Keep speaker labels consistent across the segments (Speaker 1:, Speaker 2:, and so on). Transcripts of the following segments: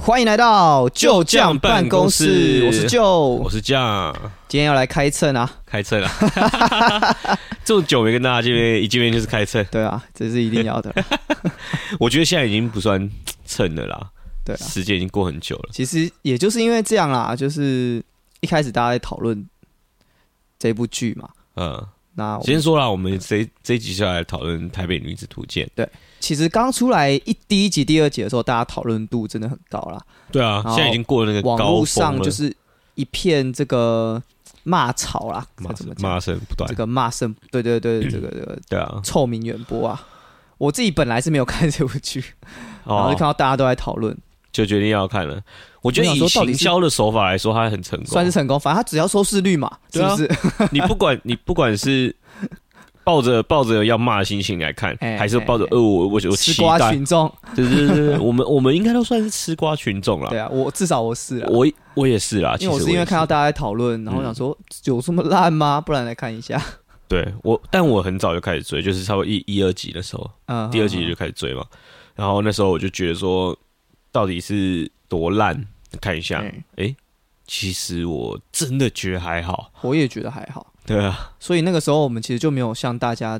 Speaker 1: 欢迎来到
Speaker 2: 旧将办公室
Speaker 1: 我是啊旧
Speaker 2: 我，是酱，
Speaker 1: 今天要来开秤啊，
Speaker 2: 开车啦， 这么久没跟大家见面，一见面就是开车，
Speaker 1: 对啊，这是一定要的，
Speaker 2: 我觉得现在已经不算蹭了啦，
Speaker 1: 对啊，
Speaker 2: 时间已经过很久了，
Speaker 1: 其实也就是因为这样啦，就是一开始大家在讨论这部剧嘛，
Speaker 2: 嗯，
Speaker 1: 那我
Speaker 2: 先说啦，我们这这一集是要来讨论《台北女子图鉴》，
Speaker 1: 其实刚出来一第一集、第二集的时候，大家讨论度真的很高啦，
Speaker 2: 对啊，
Speaker 1: 然后
Speaker 2: 现在已经过了那个
Speaker 1: 网
Speaker 2: 高
Speaker 1: 络
Speaker 2: 峰
Speaker 1: 上
Speaker 2: 了，
Speaker 1: 就是一片这个骂潮啦，
Speaker 2: 骂
Speaker 1: 怎么
Speaker 2: 声
Speaker 1: 讲
Speaker 2: 骂？声不断
Speaker 1: 这，个骂声，对对对，这个这个
Speaker 2: 对啊，
Speaker 1: 臭名远播啊！我自己本来是没有看这部剧，然后就
Speaker 2: 哦
Speaker 1: 看，到大家都在讨论，
Speaker 2: 就决定要看了。我觉得
Speaker 1: 我
Speaker 2: 以
Speaker 1: 想说到底
Speaker 2: 行
Speaker 1: 是
Speaker 2: 销的手法来说，它很成功，
Speaker 1: 算是成功。反正它只要收视率嘛，是
Speaker 2: 对啊
Speaker 1: 不是？
Speaker 2: 你不管你不管是抱着抱着要骂的心情来看，
Speaker 1: 哎
Speaker 2: 还是抱着
Speaker 1: 哎
Speaker 2: 呃我我我期
Speaker 1: 吃瓜
Speaker 2: 待，
Speaker 1: 群众，
Speaker 2: 对对对对对，我们我们应该都算是吃瓜群众啦。
Speaker 1: 对啊，我至少我是啦，
Speaker 2: 我我也是嗯啦，
Speaker 1: 因为
Speaker 2: 其
Speaker 1: 我
Speaker 2: 实
Speaker 1: 是因为
Speaker 2: 也
Speaker 1: 看到大家在讨论，然后我想说有这么烂吗？不然来看一 下。
Speaker 2: 对我，但我很早就开始追，就是差不多一一二集的时候，
Speaker 1: 嗯，
Speaker 2: 第二集就开始追嘛。然后那时候我就觉得说，到底是多烂？看一下，
Speaker 1: 嗯
Speaker 2: 其实我真的觉得还好。
Speaker 1: 我也觉得还好。
Speaker 2: 对啊，
Speaker 1: 所以那个时候我们其实就没有像大家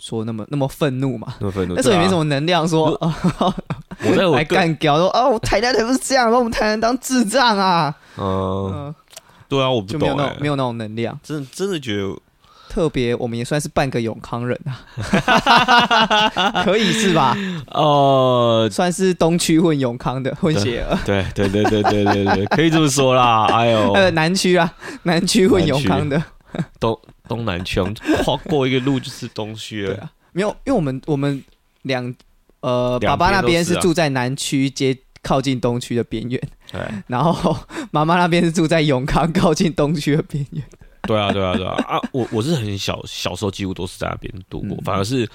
Speaker 1: 说那么那么愤怒嘛。
Speaker 2: 那么愤怒，
Speaker 1: 那时候也没什
Speaker 2: 么。
Speaker 1: 么能量说，啊
Speaker 2: 啊 我在我
Speaker 1: 来
Speaker 2: 个，
Speaker 1: 干掉说哦，台南才不是这样，把我们台南当智障啊！
Speaker 2: 嗯，
Speaker 1: 嗯，
Speaker 2: 对啊，我不
Speaker 1: 就没有
Speaker 2: 懂
Speaker 1: 那种没
Speaker 2: 哎，
Speaker 1: 有那种能量。
Speaker 2: 真的真的觉得
Speaker 1: 特别，我们也算是半个永康人 啊， 可以是吧？
Speaker 2: 哦，
Speaker 1: 算是东区混永康的混血儿，
Speaker 2: 对对对对对对对，可以这么说啦。哎 呦，
Speaker 1: 呃，南区啊，南区混永康的，
Speaker 2: 东东南区，我们跨过一个路就是东区
Speaker 1: 对
Speaker 2: 了。
Speaker 1: 啊，没有，因为我们我们两呃，爸
Speaker 2: 两边
Speaker 1: 爸那边
Speaker 2: 都是
Speaker 1: 是
Speaker 2: 啊
Speaker 1: 住在南区接靠近东区的边 缘，
Speaker 2: 对
Speaker 1: 然后妈妈那边是住在永康靠近东区的边缘，
Speaker 2: 对啊，对啊，对啊啊！我我是很小小时候几乎都是在那边度过，
Speaker 1: 嗯
Speaker 2: 反而是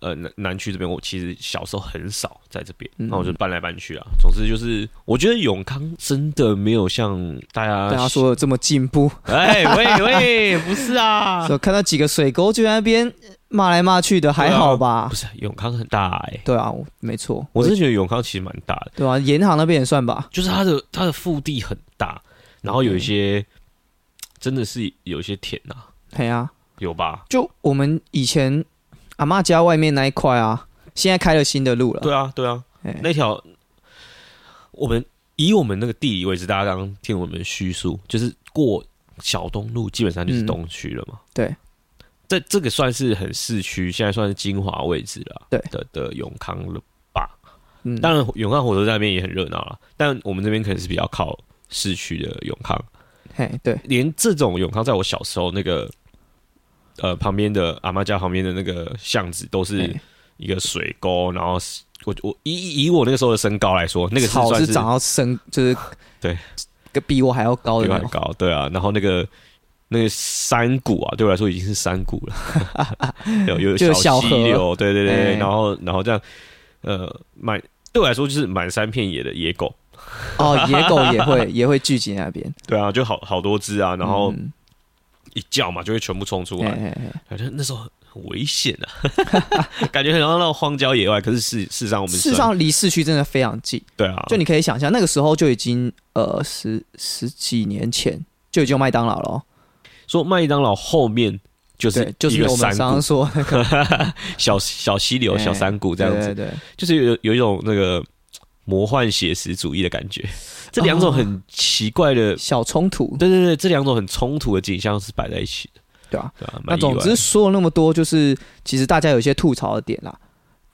Speaker 2: 呃南南区这边，我其实小时候很少在这边，
Speaker 1: 嗯
Speaker 2: 那我就搬来搬去啊。总之就是，我觉得永康真的没有像大家
Speaker 1: 大家，说的这么进步，
Speaker 2: 哎喂喂，不 是啊，
Speaker 1: 所以看到几个水沟就在那边骂来骂去的，还好吧
Speaker 2: 不？是啊永康很大哎、
Speaker 1: 对啊，我没错，
Speaker 2: 我是觉得永康其实蛮大的，
Speaker 1: 对啊，银行那边也算吧，
Speaker 2: 就是它的它的腹地很大，然后有一些、
Speaker 1: 嗯
Speaker 2: 真的是有一些田呐、啊，
Speaker 1: 对啊。
Speaker 2: 有吧？
Speaker 1: 就我们以前阿妈家外面那一块啊，现在开了新的路了。
Speaker 2: 对啊，对啊，
Speaker 1: 哎
Speaker 2: 那条我们以我们那个地理位置，大家刚刚听我们叙述，就是过小东路，基本上就是东区了嘛。
Speaker 1: 嗯对，
Speaker 2: 这这个算是很市区，现在算是精华位置了。
Speaker 1: 对
Speaker 2: 的的永康了吧？
Speaker 1: 嗯，
Speaker 2: 当然，永康火车站那边也很热闹了，但我们这边可能是比较靠市区的永康。
Speaker 1: 嘿，对，
Speaker 2: 连这种永康，在我小时候那个呃旁边的阿妈家旁边的那个巷子，都是
Speaker 1: 嘿
Speaker 2: 一个水沟，然后是我我以以我那个时候的身高来说，那个是
Speaker 1: 草
Speaker 2: 算
Speaker 1: 是长到生，就是
Speaker 2: 对，
Speaker 1: 个比我还要高的
Speaker 2: 比我
Speaker 1: 那
Speaker 2: 很
Speaker 1: 种。
Speaker 2: 高，对啊，然后那个那个山谷啊，对我来说已经是山谷了， 有 有
Speaker 1: 就有小
Speaker 2: 溪
Speaker 1: 河
Speaker 2: 流，对对对对，
Speaker 1: 哎
Speaker 2: 然后然后这样呃满对我来说就是满山遍野的野狗，
Speaker 1: 哦， 野狗也会也会聚集那边，
Speaker 2: 对啊，就好好多只啊，然后
Speaker 1: 嗯哎
Speaker 2: 一叫嘛就会全部冲出
Speaker 1: 嘿
Speaker 2: 来，
Speaker 1: 嘿嘿
Speaker 2: 反正那时候很危险啊， 感觉很像那种荒郊野外，可是事事实上我们
Speaker 1: 事实上离市区真的非常近，
Speaker 2: 对啊，
Speaker 1: 就你可以想象，那个时候就已经呃十十几年前就已经有麦当劳了哦，
Speaker 2: 说麦当劳后面就是
Speaker 1: 对，就
Speaker 2: 一
Speaker 1: 是
Speaker 2: 个
Speaker 1: 我们
Speaker 2: 山
Speaker 1: 刚
Speaker 2: 谷
Speaker 1: 刚，说那个
Speaker 2: 小小溪流、
Speaker 1: 哎
Speaker 2: 小山谷这样子，
Speaker 1: 对对对，
Speaker 2: 就是有有一种那个魔幻写实主义的感觉。这两种很奇怪的，
Speaker 1: 小冲突。
Speaker 2: 对对对，这两种很冲突的景象是摆在一起的，
Speaker 1: 对啊，
Speaker 2: 对啊，
Speaker 1: 那
Speaker 2: 蛮意外
Speaker 1: 总之说了那么多，就是其实大家有一些吐槽的点啦。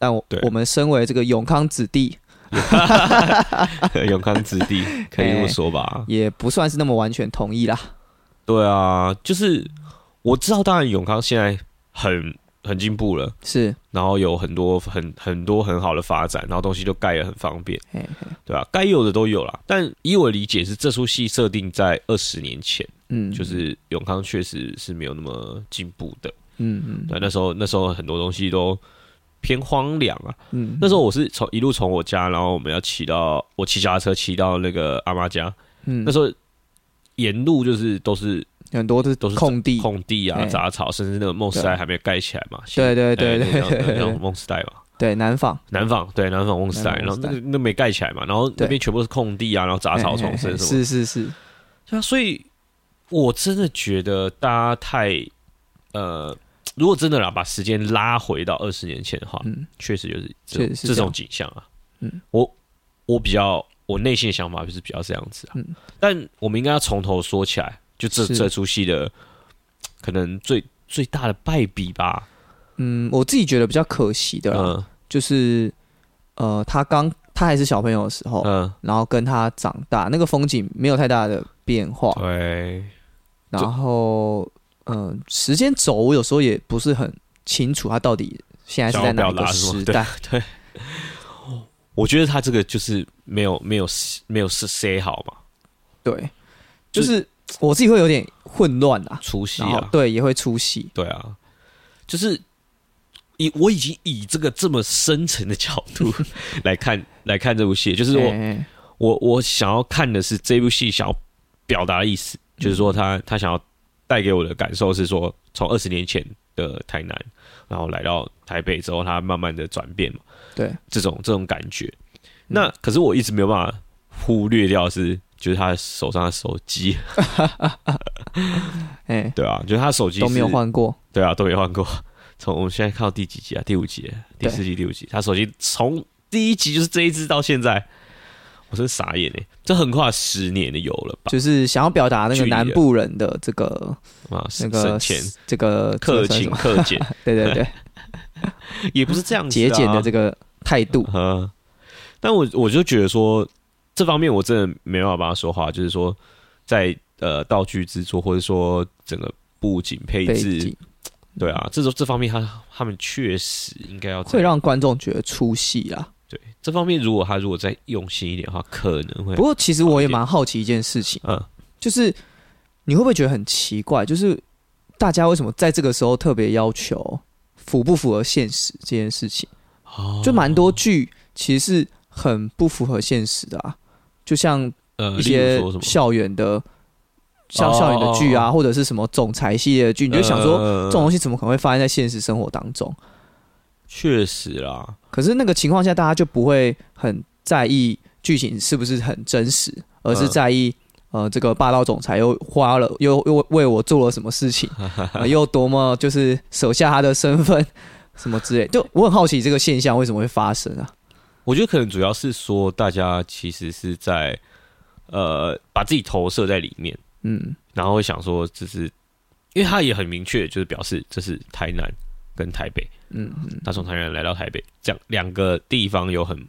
Speaker 1: 但我
Speaker 2: 对
Speaker 1: 我们身为这个永康子弟，
Speaker 2: 的 永康之 地可以
Speaker 1: 哎
Speaker 2: 这么说吧？
Speaker 1: 也不算是那么完全同意啦。
Speaker 2: 对啊，就是我知道，当然永康现在很很进步了。
Speaker 1: 是，
Speaker 2: 然后有很多很很多很好的发展，然后东西都盖得很方便，
Speaker 1: 嘿嘿
Speaker 2: 对吧、啊该有的都有啦。但以我理解是，这出戏设定在二十年前，
Speaker 1: 嗯，
Speaker 2: 就是永康确实是没有那么进步的。
Speaker 1: 嗯
Speaker 2: 对，那时候那时候很多东西都偏荒凉啊。
Speaker 1: 嗯嗯，
Speaker 2: 那时候我是从一路从我家，然后我们要骑到我骑脚踏车骑到那个阿妈家，
Speaker 1: 嗯
Speaker 2: 那时候沿路就是都是
Speaker 1: 很多都是
Speaker 2: 都是
Speaker 1: 空地，
Speaker 2: 空地啊、
Speaker 1: 哎
Speaker 2: 杂草，甚至那个梦时代还没有盖起来嘛。
Speaker 1: 对对
Speaker 2: 哎
Speaker 1: 对对
Speaker 2: 那种
Speaker 1: 对
Speaker 2: 那
Speaker 1: 对
Speaker 2: 种梦时代嘛。
Speaker 1: 对，南纺，
Speaker 2: 南纺对南纺瓮时代，
Speaker 1: 南纺
Speaker 2: 然
Speaker 1: 瓮
Speaker 2: 后
Speaker 1: 时代
Speaker 2: 那个那没盖起来嘛，然后那
Speaker 1: 对
Speaker 2: 边全部都是空地啊，然后杂草丛
Speaker 1: 嘿嘿
Speaker 2: 生
Speaker 1: 嘿
Speaker 2: 什么的，
Speaker 1: 哎是是是，
Speaker 2: 对啊，所以我真的觉得大家太呃，如果真的啦，把时间拉回到二十年前的话，
Speaker 1: 嗯，
Speaker 2: 确实就是这
Speaker 1: 确
Speaker 2: 种
Speaker 1: 实是这
Speaker 2: 这种
Speaker 1: 样
Speaker 2: 景象啊。
Speaker 1: 嗯
Speaker 2: 我我比较我内心的想法就是比较这样子啊。
Speaker 1: 嗯
Speaker 2: 但我们应该要从头说起来，就这
Speaker 1: 是
Speaker 2: 这出戏的可能最最大的败笔吧。
Speaker 1: 嗯，我自己觉得比较可惜的
Speaker 2: 嗯
Speaker 1: 啦，
Speaker 2: 嗯、
Speaker 1: 就是呃，他刚他还是小朋友的时候，
Speaker 2: 嗯
Speaker 1: 然后跟他长大，那个风景没有太大的变化，
Speaker 2: 对，
Speaker 1: 然后嗯、呃时间轴我有时候也不是很清楚，他到底现在是在哪一
Speaker 2: 想要表
Speaker 1: 个
Speaker 2: 达什么
Speaker 1: 时代，
Speaker 2: 我觉得他这个就是没有没有没有是 say 好嘛，
Speaker 1: 对，就是我自己会有点混乱啊，
Speaker 2: 出戏
Speaker 1: 然后
Speaker 2: 啊，
Speaker 1: 对也会出戏，
Speaker 2: 对啊，就是以我已经以这个这么深层的角 度来看来看这部戏，就是我
Speaker 1: 哎哎
Speaker 2: 我我想要看的是这部戏想要表达的意思，就是
Speaker 1: 嗯
Speaker 2: 说他他想要带给我的感受是说，从二十年前的台南，然后来到台北之后，他慢慢的转变嘛，
Speaker 1: 对，嗯
Speaker 2: 这种这种感觉。那可是我一直没有办法忽略掉的是，就是他手上的手机，
Speaker 1: 哎、
Speaker 2: 对啊，就是他手机
Speaker 1: 都没有
Speaker 2: 是，
Speaker 1: 换过，
Speaker 2: 对啊，都没换过。 从我们现在看到第几集啊？第五集，第
Speaker 1: 对
Speaker 2: 四集、第五集，他手机从第一集就是这一支到现在，我真傻眼哎、这横跨十年的有了吧？
Speaker 1: 就是想要表达那
Speaker 2: 距
Speaker 1: 个
Speaker 2: 离
Speaker 1: 南部人的这个
Speaker 2: 啊，
Speaker 1: 那
Speaker 2: 省
Speaker 1: 个
Speaker 2: 省钱、
Speaker 1: 这个这
Speaker 2: 克
Speaker 1: 个算什
Speaker 2: 勤、
Speaker 1: 么
Speaker 2: 克俭，
Speaker 1: 对对 对，
Speaker 2: 啊也不是这样子、啊、
Speaker 1: 节俭的这个态度，
Speaker 2: 嗯，但我我就觉得说，这方面我真的没办法帮他说话，就是说在呃道具制作或者说整个布景配
Speaker 1: 背
Speaker 2: 置
Speaker 1: 景，
Speaker 2: 对啊，这种这方面他他们确实应该要再
Speaker 1: 会让观众觉得出戏啦。
Speaker 2: 对这方面，如果他如果再用心一点的话，可能会
Speaker 1: 不过其实我也蛮好奇一件事情，
Speaker 2: 嗯
Speaker 1: 就是你会不会觉得很奇怪，就是大家为什么在这个时候特别要求符不符合现实这件事情？
Speaker 2: 哦
Speaker 1: 就蛮多剧其实是很不符合现实的啊，就像
Speaker 2: 呃
Speaker 1: 一
Speaker 2: 例
Speaker 1: 些
Speaker 2: 如说什么哦
Speaker 1: 校园的，像校园的剧啊，或者是什么总裁系列的剧，你就想说
Speaker 2: 呃
Speaker 1: 这种东西怎么可能会发生在现实生活当中？
Speaker 2: 确实啦，
Speaker 1: 可是那个情况下，大家就不会很在意剧情是不是很真实，而
Speaker 2: 嗯
Speaker 1: 是在意、呃，这个霸道总裁又花了又又为我做了什么事 情，呃又多么就是舍下他的身份 什么之类。就我很好奇这个现象为什么会发生啊？
Speaker 2: 我觉得可能主要是说，大家其实是在呃把自己投射在里面，
Speaker 1: 嗯，
Speaker 2: 然后会想说，这是因为他也很明确，就是表示这是台南跟台北，
Speaker 1: 嗯
Speaker 2: 嗯，他从台南来到台北，这样两个地方有很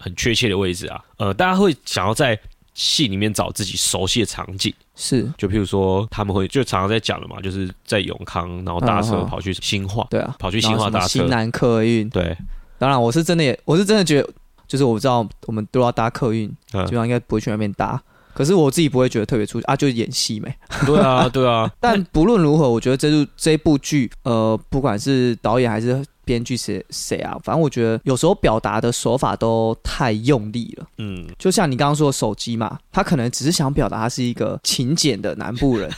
Speaker 2: 很确切的位置啊，呃，大家会想要在戏里面找自己熟悉的场景，
Speaker 1: 是
Speaker 2: 就譬如说他们会就常常在讲了嘛，就是在永康，然后搭车
Speaker 1: 嗯嗯
Speaker 2: 跑去新化，
Speaker 1: 对啊，
Speaker 2: 跑去
Speaker 1: 然
Speaker 2: 新
Speaker 1: 后
Speaker 2: 化
Speaker 1: 什么
Speaker 2: 搭车
Speaker 1: 新，南客运，
Speaker 2: 对，
Speaker 1: 当然我是真的也我是真的觉得，就是我知道我们都要搭客运，
Speaker 2: 嗯
Speaker 1: 基本上应该不会去那边搭。可是我自己不会觉得特别出啊，就是演戏没。
Speaker 2: 对啊，对啊，
Speaker 1: 但不论如何，我觉得这部这部剧，呃，不管是导演还是编剧谁谁啊，反正我觉得有时候表达的手法都太用力了。
Speaker 2: 嗯，
Speaker 1: 就像你刚刚说的手机嘛，他可能只是想表达他是一个勤俭的南部人，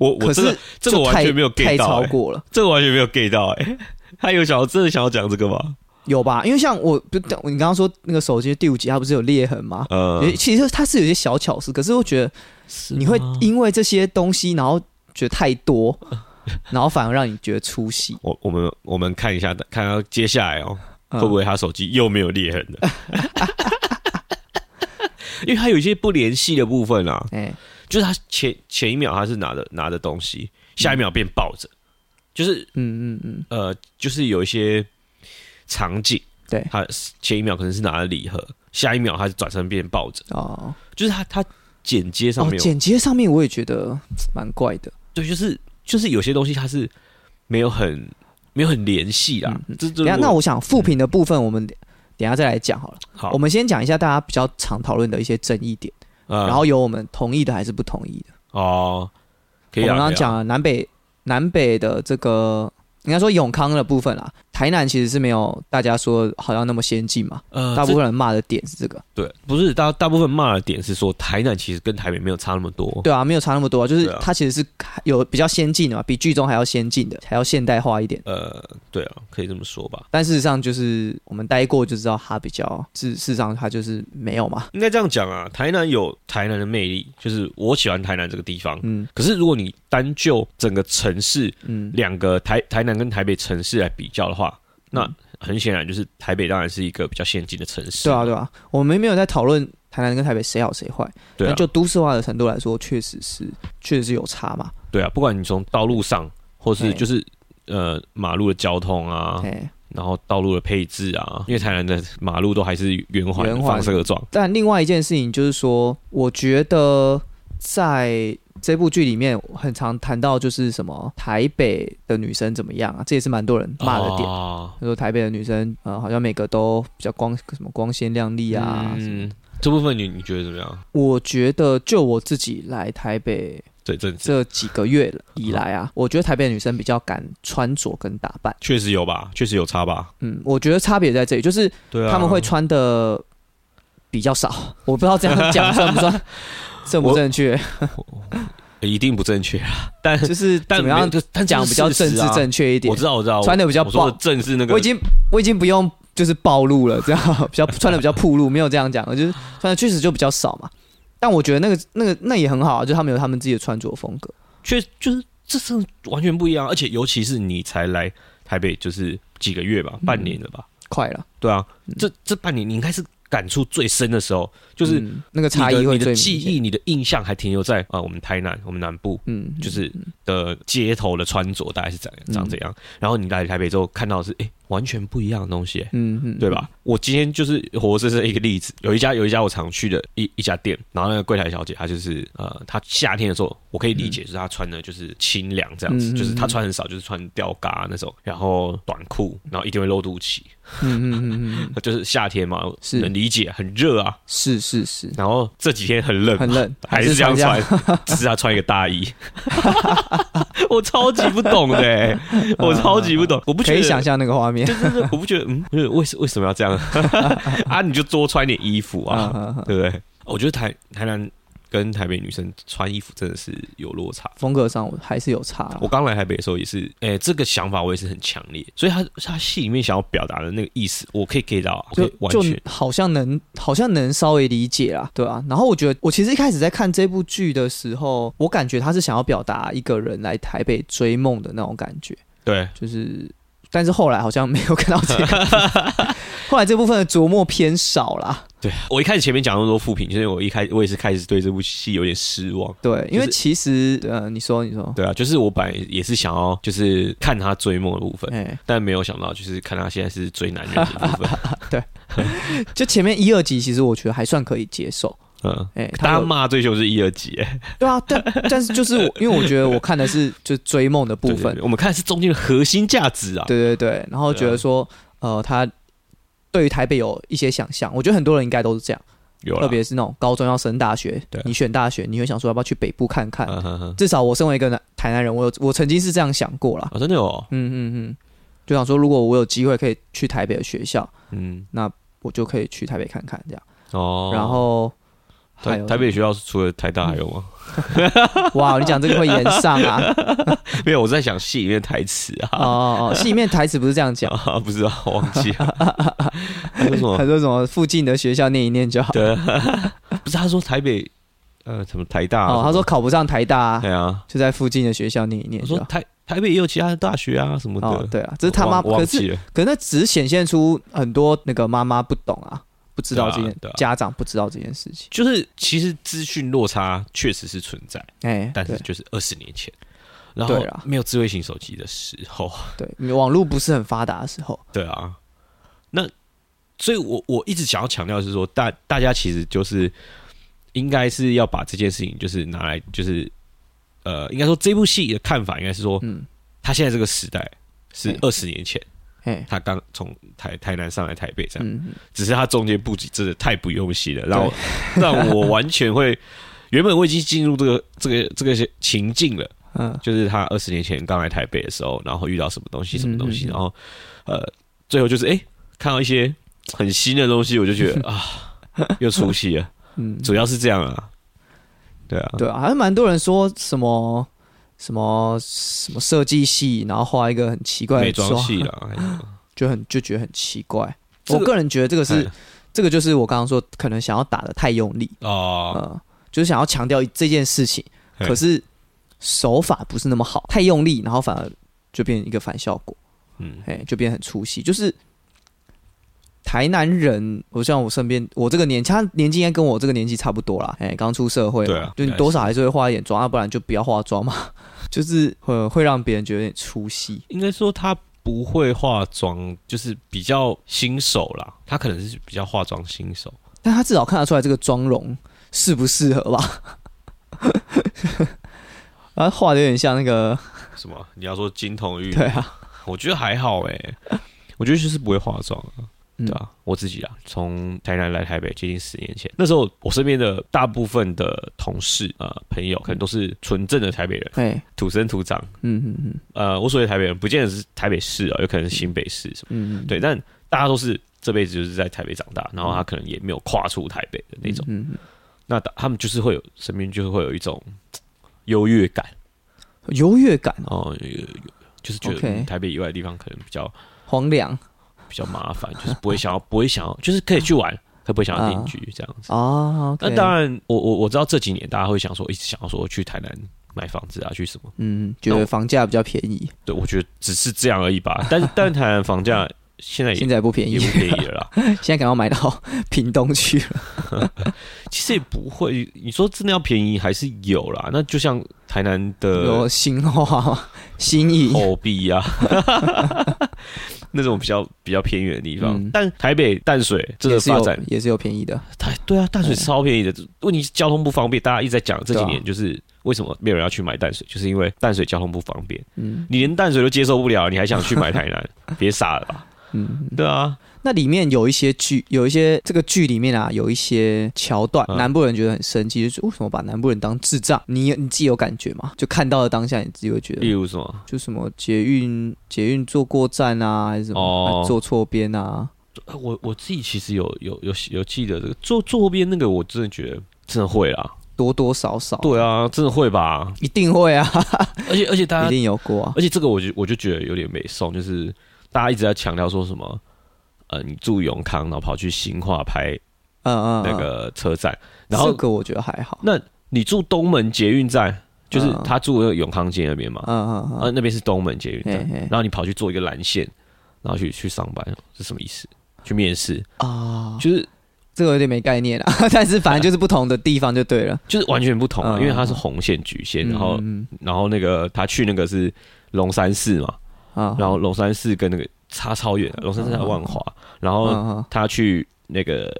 Speaker 2: 我 我
Speaker 1: 可
Speaker 2: 这个
Speaker 1: 是
Speaker 2: 这个
Speaker 1: 就
Speaker 2: 我完
Speaker 1: 太
Speaker 2: 全没有 get
Speaker 1: 太
Speaker 2: 到、
Speaker 1: 超
Speaker 2: 欸
Speaker 1: 过了，
Speaker 2: 这个完全没有 get 到哎、 他有想要真的想要讲这个吗？
Speaker 1: 有吧？因为像我，就你刚刚说那个手机第五集，它不是有裂痕吗？
Speaker 2: 呃，
Speaker 1: 也其实它是有一些小巧思，可是我觉得你会因为这些东西，然后觉得太多，然后反而让你觉得出戏。
Speaker 2: 我我们我们看一下，看到接下来哦，
Speaker 1: 嗯
Speaker 2: 会不会他手机又没有裂痕了？ 因为他有一些不联系的部分啊，
Speaker 1: 哎、
Speaker 2: 就是他前前一秒他是拿着拿着东西，下一秒变抱着，就是
Speaker 1: 嗯嗯嗯，
Speaker 2: 呃，就是有一些场景，
Speaker 1: 对
Speaker 2: 他前一秒可能是拿着礼盒，下一秒他转身变抱着，
Speaker 1: 哦。
Speaker 2: 就是他他剪接上
Speaker 1: 哦，
Speaker 2: 面有
Speaker 1: 剪接上面我也觉得蛮怪的，
Speaker 2: 对，就是就是有些东西它是没有很没有很联系啦。这这
Speaker 1: 嗯等一下，
Speaker 2: 如果
Speaker 1: 那我想复评的部分，我们等一下再来讲好了。
Speaker 2: 好，
Speaker 1: 我们先讲一下大家比较常讨论的一些争议点，
Speaker 2: 嗯
Speaker 1: 然后有我们同意的还是不同意的。
Speaker 2: 哦，可以
Speaker 1: 我
Speaker 2: 啊，
Speaker 1: 们刚刚
Speaker 2: 可以啊
Speaker 1: 讲了南北南北的这个，应该说永康的部分啦，台南其实是没有大家说好像那么先进嘛，
Speaker 2: 呃，
Speaker 1: 大
Speaker 2: 这
Speaker 1: 部分人骂的点是这个。
Speaker 2: 对，不是大大部分骂的点是说台南其实跟台北没有差那么多，
Speaker 1: 对啊，没有差那么多、啊，就是
Speaker 2: 对啊
Speaker 1: 它其实是有比较先进的嘛，比剧中还要先进的，还要现代化一点。
Speaker 2: 呃，对啊，可以这么说吧。
Speaker 1: 但事实上，就是我们待过就知道，它比较事事实上它就是没有嘛。
Speaker 2: 应该这样讲啊，台南有台南的魅力，就是我喜欢台南这个地方。
Speaker 1: 嗯
Speaker 2: 可是如果你单就整个城市
Speaker 1: 嗯，
Speaker 2: 两个台台南跟台北城市来比较的话，那
Speaker 1: 嗯
Speaker 2: 很显然就是台北当然是一个比较先进的城市。
Speaker 1: 对啊对啊，我们没有在讨论台南跟台北谁好谁坏，
Speaker 2: 对啊
Speaker 1: 但就都市化的程度来说，确实是确实是有差嘛。
Speaker 2: 对啊，不管你从道路上，或是
Speaker 1: 对
Speaker 2: 就是呃马路的交通啊，
Speaker 1: 哎、
Speaker 2: 然后道路的配置啊，因为台南的马路都还是圆环
Speaker 1: 圆环
Speaker 2: 放射状，
Speaker 1: 但另外一件事情就是说，我觉得在这部剧里面很常谈到就是什么台北的女生怎么样啊，这也是蛮多人骂的点。
Speaker 2: 哦
Speaker 1: 他说台北的女生，呃，好像每个都比较光什么光鲜亮丽啊。什么
Speaker 2: 嗯
Speaker 1: 的，
Speaker 2: 这部分你你觉得怎么样？
Speaker 1: 我觉得就我自己来台北
Speaker 2: 这阵子
Speaker 1: 这几个月以来
Speaker 2: 嗯
Speaker 1: 啊，我觉得台北的女生比较敢穿着跟打扮。
Speaker 2: 确实有吧，确实有差吧。
Speaker 1: 嗯，我觉得差别在这里，就是
Speaker 2: 对啊，
Speaker 1: 他们会穿的比较少。我不知道这样讲算不 算正不正确，
Speaker 2: 一定不正确啊，但
Speaker 1: 就是
Speaker 2: 但
Speaker 1: 怎么样
Speaker 2: 没但
Speaker 1: 讲比较
Speaker 2: 啊
Speaker 1: 政治正确一
Speaker 2: 确
Speaker 1: 点
Speaker 2: 我。知道我知道，
Speaker 1: 穿得比较
Speaker 2: 我说的
Speaker 1: 暴
Speaker 2: 正是那个，
Speaker 1: 我已经我已经不用就是暴露了，这样比较穿的比较暴露，没有这样讲，就是穿的确实就比较少嘛。但我觉得那个那个那也很好啊，就是他们有他们自己的穿着风格。
Speaker 2: 确就是这是完全不一样，而且尤其是你才来台北就是几个月
Speaker 1: 嗯
Speaker 2: 吧，半年了吧，
Speaker 1: 快了，
Speaker 2: 对啊，
Speaker 1: 嗯
Speaker 2: 这这半年你应该是感触最深的时候，就是
Speaker 1: 嗯那个
Speaker 2: 你的
Speaker 1: 差异会最
Speaker 2: 你的
Speaker 1: 明
Speaker 2: 记
Speaker 1: 显。
Speaker 2: 忆、你的印象还停留在啊、呃我们台南、我们南部，
Speaker 1: 嗯，
Speaker 2: 就是的街头的穿着大概是长长
Speaker 1: 嗯
Speaker 2: 这样，然后你来台北之后看到的是哎、诶完全不一样的东西、诶
Speaker 1: 嗯嗯，
Speaker 2: 对吧？我今天就是活生生一个例子，有一家有一家我常去的一一家店，然后那个柜台小姐她就是呃，她夏天的时候我可以理解，就是她穿的就是清凉这样子，
Speaker 1: 嗯嗯嗯
Speaker 2: 就是她
Speaker 1: 嗯
Speaker 2: 穿很少，就是穿吊嘎啊那种，然后短裤，然后一定会露肚脐，
Speaker 1: 嗯？嗯嗯嗯嗯，
Speaker 2: 就是夏天嘛，
Speaker 1: 是
Speaker 2: 能理解，很热啊。
Speaker 1: 是是是，
Speaker 2: 然后这几天很冷嘛，
Speaker 1: 很冷，
Speaker 2: 还是这样
Speaker 1: 这
Speaker 2: 穿， 只是她穿一个大衣， 我超级不懂的、欸，我超级不懂，我不觉
Speaker 1: 可
Speaker 2: 得
Speaker 1: 以想象那个 画面
Speaker 2: 对对对，我不觉得，嗯，就是为什为什么要这样 啊？你就多穿点衣服
Speaker 1: 啊
Speaker 2: 啊，
Speaker 1: 啊，啊
Speaker 2: 对不对？我觉得台台南跟台北女生穿衣服真的是有落差。
Speaker 1: 风格上我还是有差啊。
Speaker 2: 我刚来台北的时候也是，诶、这个想法我也是很强烈，所以他他戏里面想要表达的那个意思，我可以 get 到，我可
Speaker 1: 就
Speaker 2: 以完
Speaker 1: 就
Speaker 2: 全
Speaker 1: 好像能好像能稍微理解啦，对啊。然后我觉得我其实一开始在看这部剧的时候，我感觉他是想要表达一个人来台北追梦的那种感觉，
Speaker 2: 对，
Speaker 1: 就是，但是后来好像没有看到这个，后来这部分的琢磨偏少啦。
Speaker 2: 对我一开始前面讲那么多负评，就是我一开我也是开始对这部戏有点失望。
Speaker 1: 对，因为
Speaker 2: 就是
Speaker 1: 其实呃，你说你说，
Speaker 2: 对啊，就是我本来也是想要就是看他追梦的部分，
Speaker 1: 哎，
Speaker 2: 但没有想到就是看他现在是追男人的部 分。
Speaker 1: 就前面一二集其实我觉得还算可以接受，
Speaker 2: 嗯，
Speaker 1: 哎，他
Speaker 2: 大家
Speaker 1: 有
Speaker 2: 骂最凶是一二级、欸
Speaker 1: 对啊，但但是就是我因为我觉得我看的是就追梦的部
Speaker 2: 对对
Speaker 1: 分
Speaker 2: 对，我们看的是中间的核心价值啊。
Speaker 1: 对对对，然后觉得说，呃，他对于台北有一些想象，我觉得很多人应该都是这样，
Speaker 2: 有啦
Speaker 1: 特别是那种高中要升大学
Speaker 2: 对啊，
Speaker 1: 你选大学，你会想说要不要去北部看看？
Speaker 2: 嗯哼哼，
Speaker 1: 至少我身为一个南台南人，我有我曾经是这样想过啦。
Speaker 2: 啊，真的有，
Speaker 1: 嗯嗯嗯，就想说如果我有机会可以去台北的学校，
Speaker 2: 嗯，
Speaker 1: 我就可以去台北看看这样。
Speaker 2: 哦，
Speaker 1: 然后还
Speaker 2: 台
Speaker 1: 有
Speaker 2: 台北学校除了台大还有吗？
Speaker 1: 哇，你讲这个会延上 啊？
Speaker 2: 没有，我在想戏里面的台词
Speaker 1: 哦
Speaker 2: 啊，
Speaker 1: 哦哦，戏里面台词不是这样讲，
Speaker 2: 啊， 不知道，忘记 了。他说
Speaker 1: 他
Speaker 2: 什么？
Speaker 1: 说什么附近的学校念一念就好。
Speaker 2: 嗯 对，啊 不是他说台北，呃，什么台大啊？
Speaker 1: 哦，他
Speaker 2: 什
Speaker 1: 说
Speaker 2: 么，
Speaker 1: 考不上台大啊、
Speaker 2: 对啊，
Speaker 1: 就在附近的学校念一念
Speaker 2: 我
Speaker 1: 就
Speaker 2: 说
Speaker 1: 好。
Speaker 2: 台台北也有其他的大学啊什么
Speaker 1: 哦，
Speaker 2: 的。
Speaker 1: 对啊，这是他妈，可
Speaker 2: 我忘忘
Speaker 1: 是
Speaker 2: 记了，
Speaker 1: 可是那只显现出很多那个妈妈不懂啊，不知道这件、
Speaker 2: 对啊对啊
Speaker 1: 家长不知道这件事情，
Speaker 2: 就是其实资讯落差确实是存在，
Speaker 1: 哎、
Speaker 2: 但是
Speaker 1: 对
Speaker 2: 就是二十年前，然后
Speaker 1: 对啊啦
Speaker 2: 没有智慧型手机的时候。
Speaker 1: 对，网络不是很发达的时候，
Speaker 2: 对啊，那所以我我一直想要强调的是说，大大家其实就是应该是要把这件事情就是拿来就是呃，应该说这部戏的看法应该是说，
Speaker 1: 嗯，
Speaker 2: 他现在这个时代是
Speaker 1: 对
Speaker 2: 二十年前
Speaker 1: 哎，
Speaker 2: 他刚从台台南上来台北这样，
Speaker 1: 嗯，
Speaker 2: 只是他中间布局真的太不用心了，让我让我完全会。原本我已经进入这个这个这个情境了，
Speaker 1: 嗯嗯
Speaker 2: 就是他二十年前刚来台北的时候，然后遇到什么东西，什么东
Speaker 1: 嗯
Speaker 2: 西，
Speaker 1: 嗯嗯
Speaker 2: 然后呃，最后就是哎、诶看到一些很新的东西，我就 觉得啊，又出戏了，
Speaker 1: 嗯，
Speaker 2: 主要是这样啊，对啊，
Speaker 1: 对啊，还是蛮多人说什么什么什么设计系，然后画一个很奇怪
Speaker 2: 美
Speaker 1: 的
Speaker 2: 妆
Speaker 1: 妆，
Speaker 2: 系啦，哎呀
Speaker 1: 就很就觉得很奇怪。
Speaker 2: 这个
Speaker 1: 我个人觉得这个是
Speaker 2: 哎
Speaker 1: 这个就是我刚刚说可能想要打的太用力，
Speaker 2: 哦，
Speaker 1: 呃，就是想要强调这件事情，
Speaker 2: 嘿
Speaker 1: 可是手法不是那么好，太用力，然后反而就变一个反效果，
Speaker 2: 嗯，
Speaker 1: 哎，就变很粗细。就是台南人，我像我身边我这个年纪，他年纪应该跟我这个年纪差不多啦，哎，刚出社会嘛，
Speaker 2: 对啊
Speaker 1: 就你
Speaker 2: 应该是
Speaker 1: 多少还是会化一点妆，要、不然就不要化妆嘛， 就是呃会让别人觉得有点粗细。
Speaker 2: 应该说他不会化妆，就是比较新手啦，他可能是比较化妆新手，
Speaker 1: 但他至少看得出来这个妆容适不适合吧。 啊，画的有点像那个，
Speaker 2: 什么？你要说金童玉女
Speaker 1: 对，啊，
Speaker 2: 我觉得还好哎、我觉得就是不会化妆啊。
Speaker 1: 嗯
Speaker 2: 对啊，我自己啊，从台南来台北接近十年前，那时候我身边的大部分的同事呃朋友，可能都是纯正的台北人，
Speaker 1: 哎，
Speaker 2: 土生土长。
Speaker 1: 嗯嗯嗯
Speaker 2: 呃，我所谓的台北人，不见得是台北市啊，有可能是新北市什么。
Speaker 1: 嗯，嗯，
Speaker 2: 对，但大家都是这辈子就是在台北长大，然后他可能也没有跨出台北的那种。
Speaker 1: 嗯，嗯
Speaker 2: 那他们就是会有身边就会有一种嘖优越感，
Speaker 1: 嗯优越感哦，
Speaker 2: 哦、有有有就是觉得
Speaker 1: OK
Speaker 2: 嗯台北以外的地方可能比较
Speaker 1: 荒凉
Speaker 2: 比较麻烦，就是不会想要，不 会想要，就是可以去玩，可不会想要
Speaker 1: 嗯
Speaker 2: 定居这样子。
Speaker 1: 啊。
Speaker 2: 那当，然，我我我知道这几年大家会想说，一直想要说去台南买房子啊，去什么？
Speaker 1: 嗯，觉得房价比较便宜，
Speaker 2: 对，我觉得只是这样而已吧。 但是，但是台南房价现在也
Speaker 1: 现在不便宜
Speaker 2: 哎也，不便宜了啦。
Speaker 1: 现在赶快买到屏东去了。
Speaker 2: 其实也不会，你说真的要便宜还是有啦。那就像台南
Speaker 1: 有
Speaker 2: 的
Speaker 1: 新化吗、新意，
Speaker 2: 后壁啊， 那种比较比较偏远的地方。
Speaker 1: 嗯
Speaker 2: 但台北淡水这
Speaker 1: 也
Speaker 2: 个
Speaker 1: 是
Speaker 2: 发展
Speaker 1: 有也是有便宜的，
Speaker 2: 台对啊，淡水超便宜的，问题是交通不方便。大家一直在讲这几
Speaker 1: 哎对啊
Speaker 2: 年，就是为什么没有人要去买淡水，就是因为淡水交通不方便。
Speaker 1: 嗯
Speaker 2: 你连淡水都接受不了，你还想去买台 南？别傻了吧？
Speaker 1: 嗯。
Speaker 2: 对啊，
Speaker 1: 那里面有一些剧，有一些这个剧里面啊，有一些桥段，
Speaker 2: 嗯
Speaker 1: 南部人觉得很生气，就是为什么把南部人当智障？你你自己有感觉吗？就看到的当下，你自己会觉
Speaker 2: 例
Speaker 1: 得，
Speaker 2: 如什么？
Speaker 1: 就什么捷运捷运坐过站啊，还是什么、
Speaker 2: 哦呃
Speaker 1: 还坐错边啊？
Speaker 2: 我我自己其实有有有有记得这个坐坐后边那个，我真的觉得真的会啦。
Speaker 1: 多多少少，，
Speaker 2: 对啊，真的会吧？
Speaker 1: 一定会啊，
Speaker 2: 而且而且大
Speaker 1: 一
Speaker 2: 家，
Speaker 1: 定有过啊。
Speaker 2: 而且这个我就我就觉得有点没送，就是大家一直在强调说什么，呃，你住永康，然后跑去新化拍
Speaker 1: 嗯嗯，嗯
Speaker 2: 那个车站，然后啊
Speaker 1: 这个我觉得还好。
Speaker 2: 那你住东门捷运站，就是
Speaker 1: 嗯
Speaker 2: 他住那个永康街那边嘛，
Speaker 1: 嗯嗯
Speaker 2: 啊，
Speaker 1: 嗯，
Speaker 2: 那边是东门捷运站
Speaker 1: 嘿嘿，
Speaker 2: 然后你跑去做一个蓝线，然后去去上班，是什么意思？去面试，
Speaker 1: 啊，
Speaker 2: 就是
Speaker 1: 这个有点没概念啊， 但是反正就是不同的地方就对 了。
Speaker 2: 就是完全不同啊，
Speaker 1: 嗯
Speaker 2: 因为它是红线局限，然后
Speaker 1: 嗯
Speaker 2: 然后那个他去那个是龙山寺嘛，
Speaker 1: 嗯啊，
Speaker 2: 然后龙山寺跟那个差超远，龙山寺在万华，然后
Speaker 1: 嗯嗯嗯
Speaker 2: 他去那个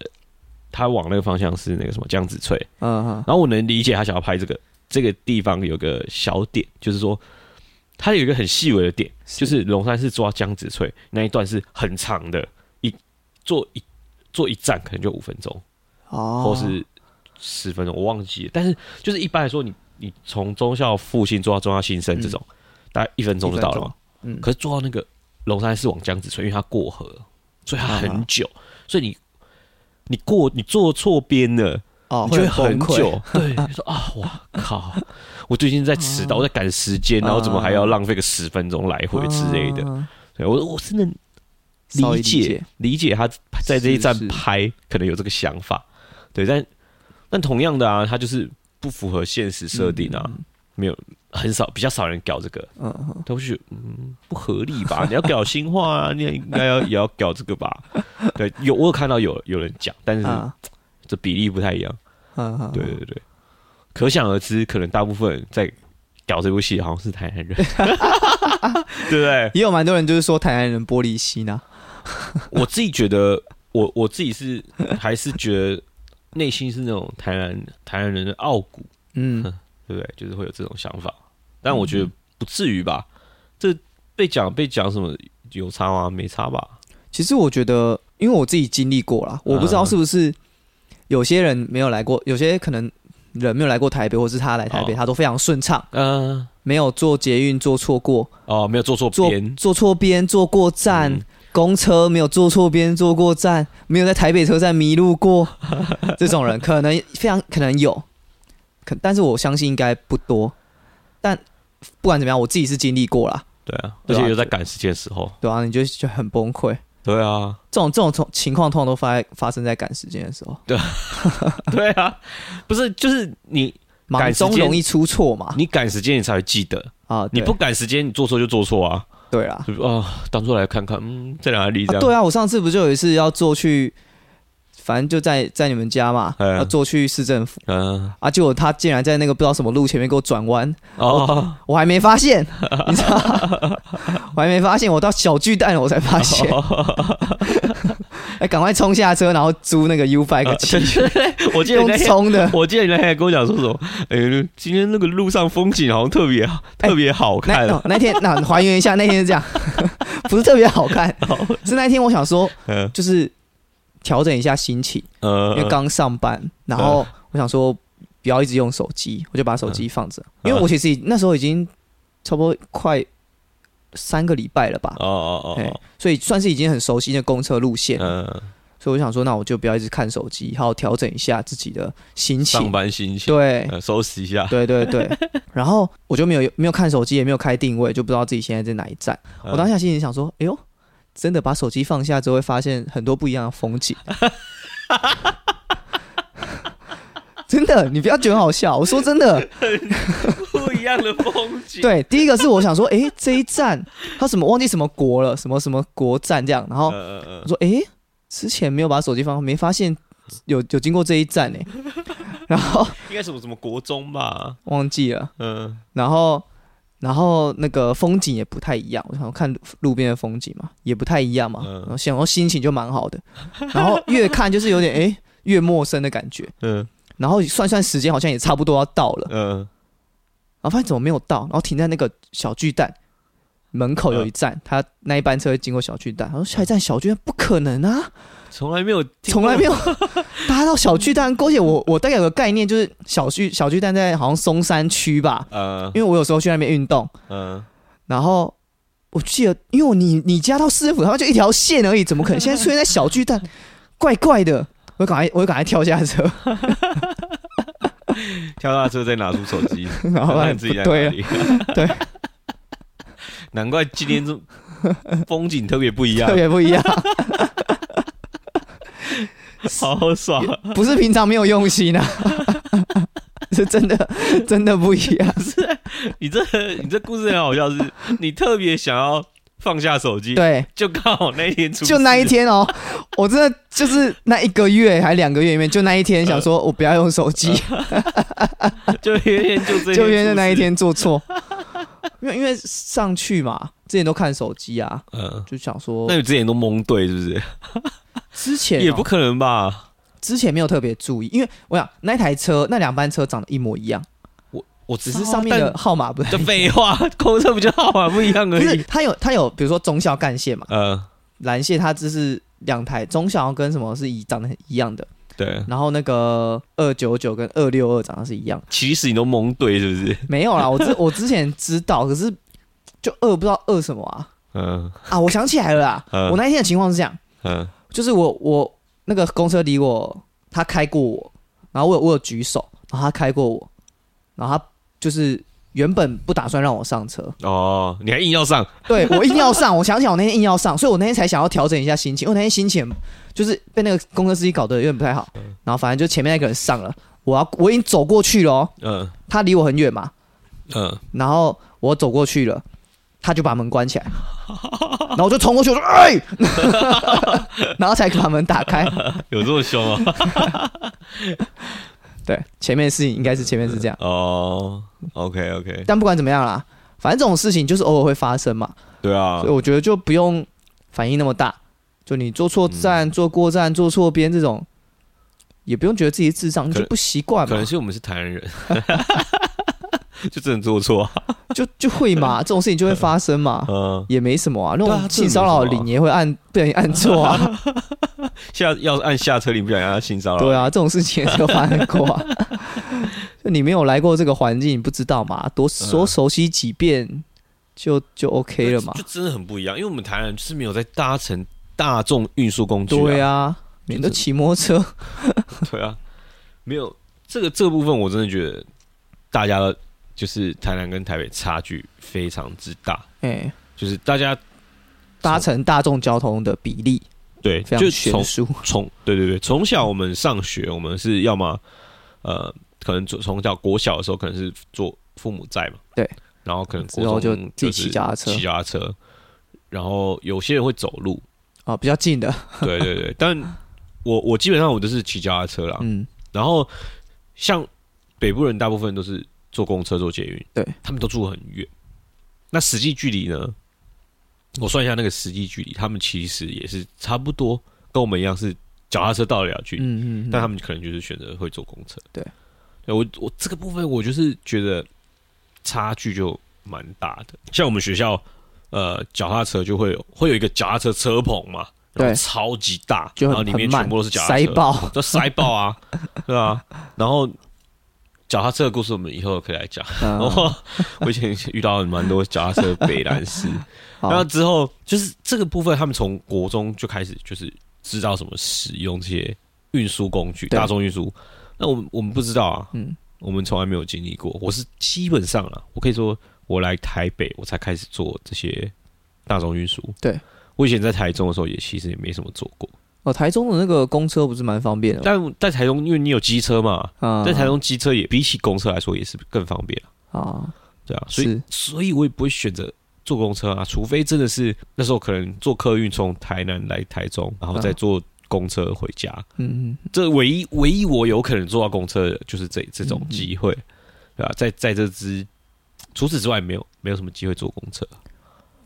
Speaker 2: 他往那个方向是那个什么江子翠，
Speaker 1: 嗯嗯
Speaker 2: 然后我能理解他想要拍这个这个地方有个小点，就是说它有一个很细微的点，就是龙山寺抓江子翠那一段是很长的，一坐一坐一站可能就五分钟，
Speaker 1: 哦，
Speaker 2: 或是十分钟，我忘记了。但是就是一般来说你，你从忠孝复兴坐到忠孝新生这种，大嗯概一分钟就到了嘛。
Speaker 1: 嗯
Speaker 2: 可是坐到那个龙山寺往江子翠，因为它过河，所以它很久，所以你你过你坐错边了。
Speaker 1: 哦，
Speaker 2: 你就啊会
Speaker 1: 很
Speaker 2: 很
Speaker 1: 崩溃
Speaker 2: 久。对，你说啊，我靠，我最近在迟到，我在赶时间，然后怎么还要浪费个十分钟来回之类的？
Speaker 1: 啊
Speaker 2: 对我我是能
Speaker 1: 稍微
Speaker 2: 理解理解他在这一站拍可能有这个想法，对，但但同样的啊，他就是不符合现实设定啊，没有很少比较少人搞这个，
Speaker 1: 嗯嗯，
Speaker 2: 他会觉得嗯不合理吧？你要搞新话啊，你应该要也要搞这个吧？对，有我有看到有有人讲，但是
Speaker 1: 啊
Speaker 2: 这比例不太一样。
Speaker 1: 嗯嗯，
Speaker 2: 对对对，可想而知，可能大部分在搞这部戏好像是台南人，对不对？
Speaker 1: 也有蛮多人就是说台南人玻璃心啊呐，
Speaker 2: 我自己觉得，我我自己是还是觉得内心是那种台南台南人的傲骨，
Speaker 1: 嗯，
Speaker 2: 对不对？就是会有这种想法，但我觉得不至于吧？这被讲被讲什么有差吗？没差吧？
Speaker 1: 其实我觉得，
Speaker 2: 嗯
Speaker 1: 因为我自己经历过啦，我不知道是不是有些人没有来过，有些可能人没有来过台北，或是他来台北，
Speaker 2: 哦
Speaker 1: 他都非常顺畅，
Speaker 2: 嗯，
Speaker 1: 没有坐捷运坐错过，
Speaker 2: 哦，没有坐错
Speaker 1: 坐
Speaker 2: 边，
Speaker 1: 坐错边，坐过站。
Speaker 2: 嗯
Speaker 1: 公车没有坐错边，坐过站，没有在台北车站迷路 过，这种人可能非常可能有，可但是我相信应该不多。但不管怎么样，我自己是经历过啦，
Speaker 2: 对啊，而
Speaker 1: 对啊
Speaker 2: 且又在赶时间的时候，
Speaker 1: 对啊，你就就很崩溃。
Speaker 2: 对啊，
Speaker 1: 这种这种从情况通常都发发生在赶时间的时候，
Speaker 2: 对啊，不是，就是你
Speaker 1: 忙
Speaker 2: 赶时间
Speaker 1: 中容易出错嘛。
Speaker 2: 你赶时间你才会记得，
Speaker 1: 啊，
Speaker 2: 你
Speaker 1: 对
Speaker 2: 不赶时间你做错就做错啊，
Speaker 1: 对啦、
Speaker 2: 就是哦，当初来看看，嗯，这两个例
Speaker 1: 啊，
Speaker 2: 这样，
Speaker 1: 对啊，我上次不就有一次要坐去，反正就在在你们家嘛，
Speaker 2: 嗯
Speaker 1: 要坐去市政府
Speaker 2: 嗯，
Speaker 1: 啊，结果他竟然在那个不知道什么路前面给我转弯，
Speaker 2: 哦，
Speaker 1: 我还没发现，你知道吗，我还没发现，我到小巨蛋了我才发现， 哎、赶快冲下车，然后租那个 U
Speaker 2: 啊
Speaker 1: bike 骑，
Speaker 2: 我记得 你
Speaker 1: 用
Speaker 2: 那天，
Speaker 1: 冲的，
Speaker 2: 我记得你那天还跟我讲说什么，哎、今天那个路上风景好像特别好，特别好
Speaker 1: 那、
Speaker 2: 看、啊
Speaker 1: 哦那天那还原一下，那天是这样， 不是特别好看，是那天我想说
Speaker 2: 嗯
Speaker 1: 就是调整一下心情，因为
Speaker 2: 呃，
Speaker 1: 刚上班，然后我想说不要一直用手机，我就把手机放着，
Speaker 2: 嗯
Speaker 1: 因为我其实已那时候已经差不多快三个礼拜了吧
Speaker 2: 哦，哦
Speaker 1: 哎
Speaker 2: 哦，
Speaker 1: 所以算是已经很熟悉的公车路线，
Speaker 2: 嗯，
Speaker 1: 所以我想说，那我就不要一直看手机，好好调整一下自己的心
Speaker 2: 上
Speaker 1: 情。
Speaker 2: 班心情，
Speaker 1: 对，
Speaker 2: 呃，收拾一下，
Speaker 1: 对对对。 然后我就没有没有看手机，也没有开定位，就不知道自己现在在哪一站。我当
Speaker 2: 时
Speaker 1: 下心里想说，哎呦，真的把手机放下之后，会发现很多不一样的风景。 真的，你不要觉得很好笑。我说真的，
Speaker 2: 不一样的风景，
Speaker 1: 对， 第一个是我想说，哎、这一站它什么忘记什么国了，什么什么国站这样，然后
Speaker 2: 呃，呃呃
Speaker 1: 我说：“诶，之前没有把手机放，没发现有有经过这一站呢、 然后
Speaker 2: 应该什么什么国中吧，
Speaker 1: 忘记了，
Speaker 2: 嗯
Speaker 1: 然后然后那个风景也不太一样，我想看路边的风景嘛，也不太一样嘛，
Speaker 2: 嗯
Speaker 1: 然后想说心情就蛮好的，然后越看就是有点 诶，越陌生的感觉，
Speaker 2: 嗯
Speaker 1: 然后算算时间好像也差不多要到了，
Speaker 2: 嗯，
Speaker 1: 然后发现怎么没有到，然后停在那个小巨蛋。门口有一站，他那一班车会经过小巨蛋。然后下一站小巨蛋不可能啊，
Speaker 2: 从来没有，
Speaker 1: 从来没，有搭到小巨蛋。而且我我大概有个概念，就是小巨小巨蛋在好像松山区吧，
Speaker 2: 呃
Speaker 1: 因为我有时候去那边运动，
Speaker 2: 嗯，
Speaker 1: 然后我记得，因为我你你家到市政府他们就一条线而已，怎么可能现在出现在小巨蛋？怪怪的，我就赶快我就赶快跳下车，
Speaker 2: 跳下车再拿出手机，
Speaker 1: 然后
Speaker 2: 看
Speaker 1: 发
Speaker 2: 看
Speaker 1: 现
Speaker 2: 自
Speaker 1: 不
Speaker 2: 己在
Speaker 1: 对
Speaker 2: 哪
Speaker 1: 了，
Speaker 2: 里，
Speaker 1: 对，
Speaker 2: 难怪今天这风景特别不一样
Speaker 1: 特， 别不一样，
Speaker 2: 好 爽，
Speaker 1: 不是平常没有用心啊。 是真的，真的不一样。
Speaker 2: 你这你这故事很好笑是，你特别想要放下手机，，
Speaker 1: 对，
Speaker 2: 就刚好那一天出，
Speaker 1: 就那一，天哦，我真的就是那一个月还两个月里面，就那一天想说，我不要用手机，
Speaker 2: 就啊那一天就这，
Speaker 1: 就因为那一，天做错， 因为因为上去嘛，之前都看手机啊，
Speaker 2: 嗯，
Speaker 1: 就想说
Speaker 2: 那你之前都蒙对是不是？
Speaker 1: 之前、哦
Speaker 2: 也不可能吧？
Speaker 1: 之前没有特别注意，因为我想那台车那两班车长得一模一样，
Speaker 2: 我只
Speaker 1: 只是上面的号码不太
Speaker 2: 这 废话，公车不就号码不一样
Speaker 1: 不
Speaker 2: 而
Speaker 1: 是
Speaker 2: 已？
Speaker 1: 它有它有比如说中校干线嘛，
Speaker 2: 呃，
Speaker 1: 蓝线它只是两台中校跟什么是一长得很一样的，
Speaker 2: 对，
Speaker 1: 然后那个二九九跟二六二长得是一样的，
Speaker 2: 其实你都蒙对是不是？
Speaker 1: 没有 啦，我之我之前知道，可是就二不知道二什么啊
Speaker 2: 嗯
Speaker 1: 啊，我想起来了啦，
Speaker 2: 嗯
Speaker 1: 我那一天的情况是这样。
Speaker 2: 嗯
Speaker 1: 就是我我那个公车离我，他开过我，然后我有我有举手，然后他开过我，然后他就是原本不打算让我上车，
Speaker 2: 哦，你还硬要上，
Speaker 1: 对我硬要上，我想想我那天硬要上，所以我那天才想要调整一下心情，因为我那天心情就是被那个公车司机搞得有点不太好，然后反正就前面那个人上了，我要我已经走过去了、哦，
Speaker 2: 嗯
Speaker 1: 他离我很远嘛，
Speaker 2: 嗯，
Speaker 1: 然后我走过去了。他就把门关起来，然后我就冲过去，我说：“哎、 然后才把门打开，
Speaker 2: 有这么凶啊？
Speaker 1: 对，前面的事情应该是前面是这样，
Speaker 2: 哦，OK OK，
Speaker 1: 但不管怎么样啦，反正这种事情就是偶尔会发生嘛，
Speaker 2: 对啊
Speaker 1: 所以，我觉得就不用反应那么大，就你坐错
Speaker 2: 嗯
Speaker 1: 站、坐过站、坐错边这种，也不用觉得自己是智障，你
Speaker 2: 可
Speaker 1: 就不习惯
Speaker 2: 可能
Speaker 1: 嘛，
Speaker 2: 是我们是台南 人，就真的做错啊，
Speaker 1: 就就会嘛，这种事情就会发生嘛，
Speaker 2: 嗯。
Speaker 1: 也没什么啊，那
Speaker 2: 对啊
Speaker 1: 种性骚扰铃也会按 不小心按错 啊，
Speaker 2: 下要是按下车铃，不想让他性骚扰。
Speaker 1: 啊对啊，这种事情也是有发生过啊，啊就你没有来过这个环境，你不知道嘛，多
Speaker 2: 嗯
Speaker 1: 多熟悉几遍就就 OK 了嘛
Speaker 2: 就。真的很不一样，因为我们台南就是没有在搭乘大众运输工具、啊，
Speaker 1: 对啊，你们都骑摩托车，
Speaker 2: 对啊，没有这个这个部分，我真的觉得大家就是台南跟台北差距非常之大，
Speaker 1: 哎、
Speaker 2: 就是大家
Speaker 1: 搭乘大众交通的比例
Speaker 2: 对，
Speaker 1: 非
Speaker 2: 就
Speaker 1: 常悬
Speaker 2: 从
Speaker 1: 殊。
Speaker 2: 从对对对，从小我们上学，我们是要么呃，可能从从小国小的时候可能是做父母在嘛，
Speaker 1: 对，
Speaker 2: 然后可能
Speaker 1: 之后
Speaker 2: 国中
Speaker 1: 就自己
Speaker 2: 是
Speaker 1: 骑脚踏车
Speaker 2: 骑脚踏车，然后有些人会走路，
Speaker 1: 啊，比较近的，
Speaker 2: 对对对，但我我基本上我都是骑脚踏车啦，
Speaker 1: 嗯，
Speaker 2: 然后像北部人大部分都是坐公车、坐捷运，
Speaker 1: 对
Speaker 2: 他们都住很远。那实际距离呢？我算一下那个实际距离，他们其实也是差不多，跟我们一样是脚踏车到得了距离，
Speaker 1: 嗯嗯嗯，
Speaker 2: 但他们可能就是选择会坐公车。
Speaker 1: 对，
Speaker 2: 对我我这个部分我就是觉得差距就蛮大的。像我们学校，呃，脚踏车就会有会有一个脚踏车车棚嘛，然
Speaker 1: 对
Speaker 2: 后超级大，
Speaker 1: 就
Speaker 2: 然后
Speaker 1: 很
Speaker 2: 里
Speaker 1: 很
Speaker 2: 面
Speaker 1: 慢
Speaker 2: 全部都是脚踏
Speaker 1: 塞
Speaker 2: 车，
Speaker 1: 爆，
Speaker 2: 都塞爆啊，对啊。然后脚踏车的故事我们以后可以来讲。
Speaker 1: 嗯
Speaker 2: 然，后 我以前遇到蛮多脚踏车的北兰师，
Speaker 1: 好
Speaker 2: 然后之后就是这个部分，他们从国中就开始就是知道怎么使用这些运输工具，
Speaker 1: 对
Speaker 2: 大众运输。那我们我们不知道啊，
Speaker 1: 嗯
Speaker 2: 我们从来没有经历过。我是基本上啊，我可以说我来台北我才开始做这些大众运输。
Speaker 1: 对，
Speaker 2: 我以前在台中的时候也其实也没什么做过，
Speaker 1: 哦，台中的那个公车不是蛮方便的吗？
Speaker 2: 但在台中因为你有机车嘛，
Speaker 1: 啊，
Speaker 2: 在台中机车也比起公车来说也是更方便啊。
Speaker 1: 啊，
Speaker 2: 对啊，所以
Speaker 1: 是
Speaker 2: 所以我也不会选择坐公车啊，除非真的是那时候可能坐客运从台南来台中，然后再坐公车回家。
Speaker 1: 嗯嗯，
Speaker 2: 这唯一唯一我有可能坐到公车的就是这这种
Speaker 1: 嗯嗯
Speaker 2: 机会，对啊，在在这之除此之外没有没有什么机会坐公车。